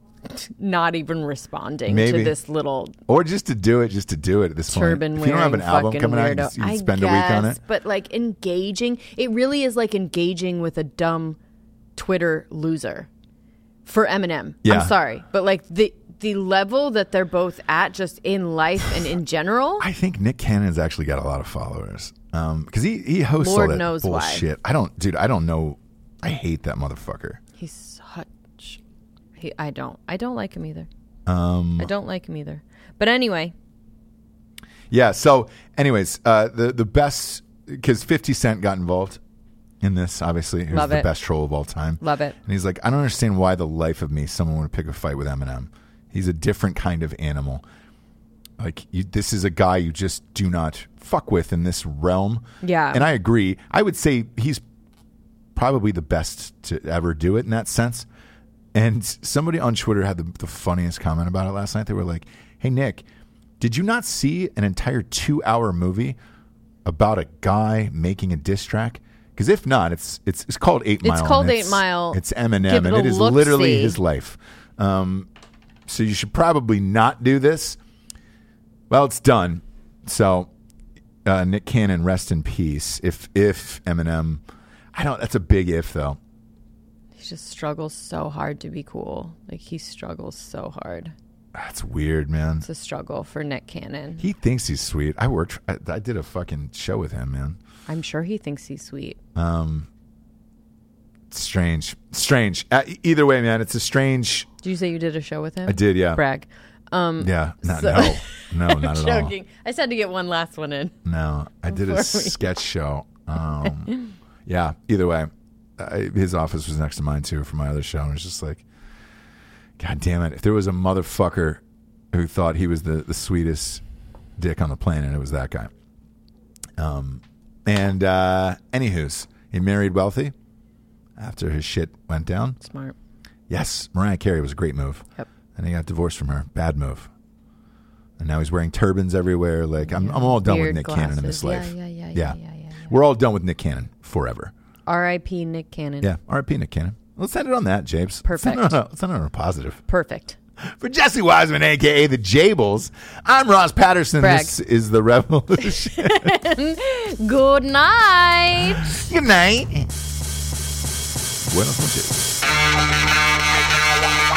Speaker 3: not even responding
Speaker 1: Maybe.
Speaker 3: to this little
Speaker 1: Or just to do it, just to do it at this
Speaker 3: turban
Speaker 1: point.
Speaker 3: wearing
Speaker 1: If you don't have an album
Speaker 3: fucking
Speaker 1: coming out, you
Speaker 3: weirdo.
Speaker 1: just- you
Speaker 3: I
Speaker 1: spend
Speaker 3: guess,
Speaker 1: a week on it.
Speaker 3: But like engaging, it really is like engaging with a dumb Twitter loser for Eminem.
Speaker 1: Yeah.
Speaker 3: I'm sorry, but like the the level that they're both at, just in life and in general.
Speaker 1: I think Nick Cannon's actually got a lot of followers because he he hosts all
Speaker 3: Lord
Speaker 1: that
Speaker 3: knows why.
Speaker 1: bullshit. I don't, dude. I don't know. I hate that motherfucker.
Speaker 3: he's such. He, I don't. I don't like him either.
Speaker 1: Um,
Speaker 3: I don't like him either. But anyway,
Speaker 1: yeah. So, anyways, uh, the the best because Fifty Cent got involved in this. Obviously, who's
Speaker 3: Love
Speaker 1: the
Speaker 3: it.
Speaker 1: best troll of all time.
Speaker 3: love it.
Speaker 1: And he's like, I don't understand why the life of me someone would pick a fight with Eminem. He's a different kind of animal. Like you, this is a guy you just do not fuck with in this realm.
Speaker 3: Yeah.
Speaker 1: and I agree. I would say he's probably the best to ever do it in that sense. And somebody on Twitter had the, the funniest comment about it last night. They were like, "Hey Nick, did you not see an entire two-hour movie about a guy making a diss track? Because if not, it's it's it's called Eight
Speaker 3: It's
Speaker 1: Mile. and
Speaker 3: called Eight Mile.
Speaker 1: It's Eminem,
Speaker 3: Give it
Speaker 1: and
Speaker 3: a
Speaker 1: it is
Speaker 3: look-see.
Speaker 1: literally his life. Um, so you should probably not do this. Well, it's done. So uh, Nick Cannon, rest in peace. If if Eminem, I don't. That's a big if though.
Speaker 3: He just struggles so hard to be cool. Like he struggles so hard.
Speaker 1: That's weird, man.
Speaker 3: It's a struggle for Nick Cannon.
Speaker 1: He thinks he's sweet. I worked. I, I did a fucking show with him, man.
Speaker 3: I'm sure he thinks he's sweet.
Speaker 1: Strange, strange. Uh, e- either way, man, it's a strange.
Speaker 3: Did you say you did a show with him?
Speaker 1: I did, yeah,
Speaker 3: Brag. Um,
Speaker 1: yeah. No,
Speaker 3: So-
Speaker 1: no, no, not at all.
Speaker 3: joking. I just had to get one last one in.
Speaker 1: No, I did a
Speaker 3: Before we-
Speaker 1: sketch show. Um, yeah, either way, I, his office was next to mine too for my other show. And it was just like, God damn it. If there was a motherfucker who thought he was the, the sweetest dick on the planet, it was that guy. Um, and uh, anywho's, he married wealthy after his shit went down.
Speaker 3: Smart.
Speaker 1: Yes, Mariah Carey was a great move.
Speaker 3: Yep.
Speaker 1: And he got divorced from her. Bad move. And now he's wearing turbans everywhere. Like I'm, I'm all done with
Speaker 3: Weird
Speaker 1: Nick Cannon in this
Speaker 3: glasses.
Speaker 1: life.
Speaker 3: Yeah, yeah, yeah, yeah, yeah, yeah, yeah.
Speaker 1: We're all done with Nick Cannon forever.
Speaker 3: R.I.P. Nick Cannon.
Speaker 1: Yeah. R.I.P. Nick Cannon. Let's end it on that, Japes.
Speaker 3: Perfect.
Speaker 1: Let's end, it on a, let's end it on a positive.
Speaker 3: Perfect.
Speaker 1: For Jesse Wiseman, aka the Jables, I'm Ross Patterson.
Speaker 3: Brag.
Speaker 1: This is the Revolution.
Speaker 3: Good night.
Speaker 1: Good night. Buenas noches.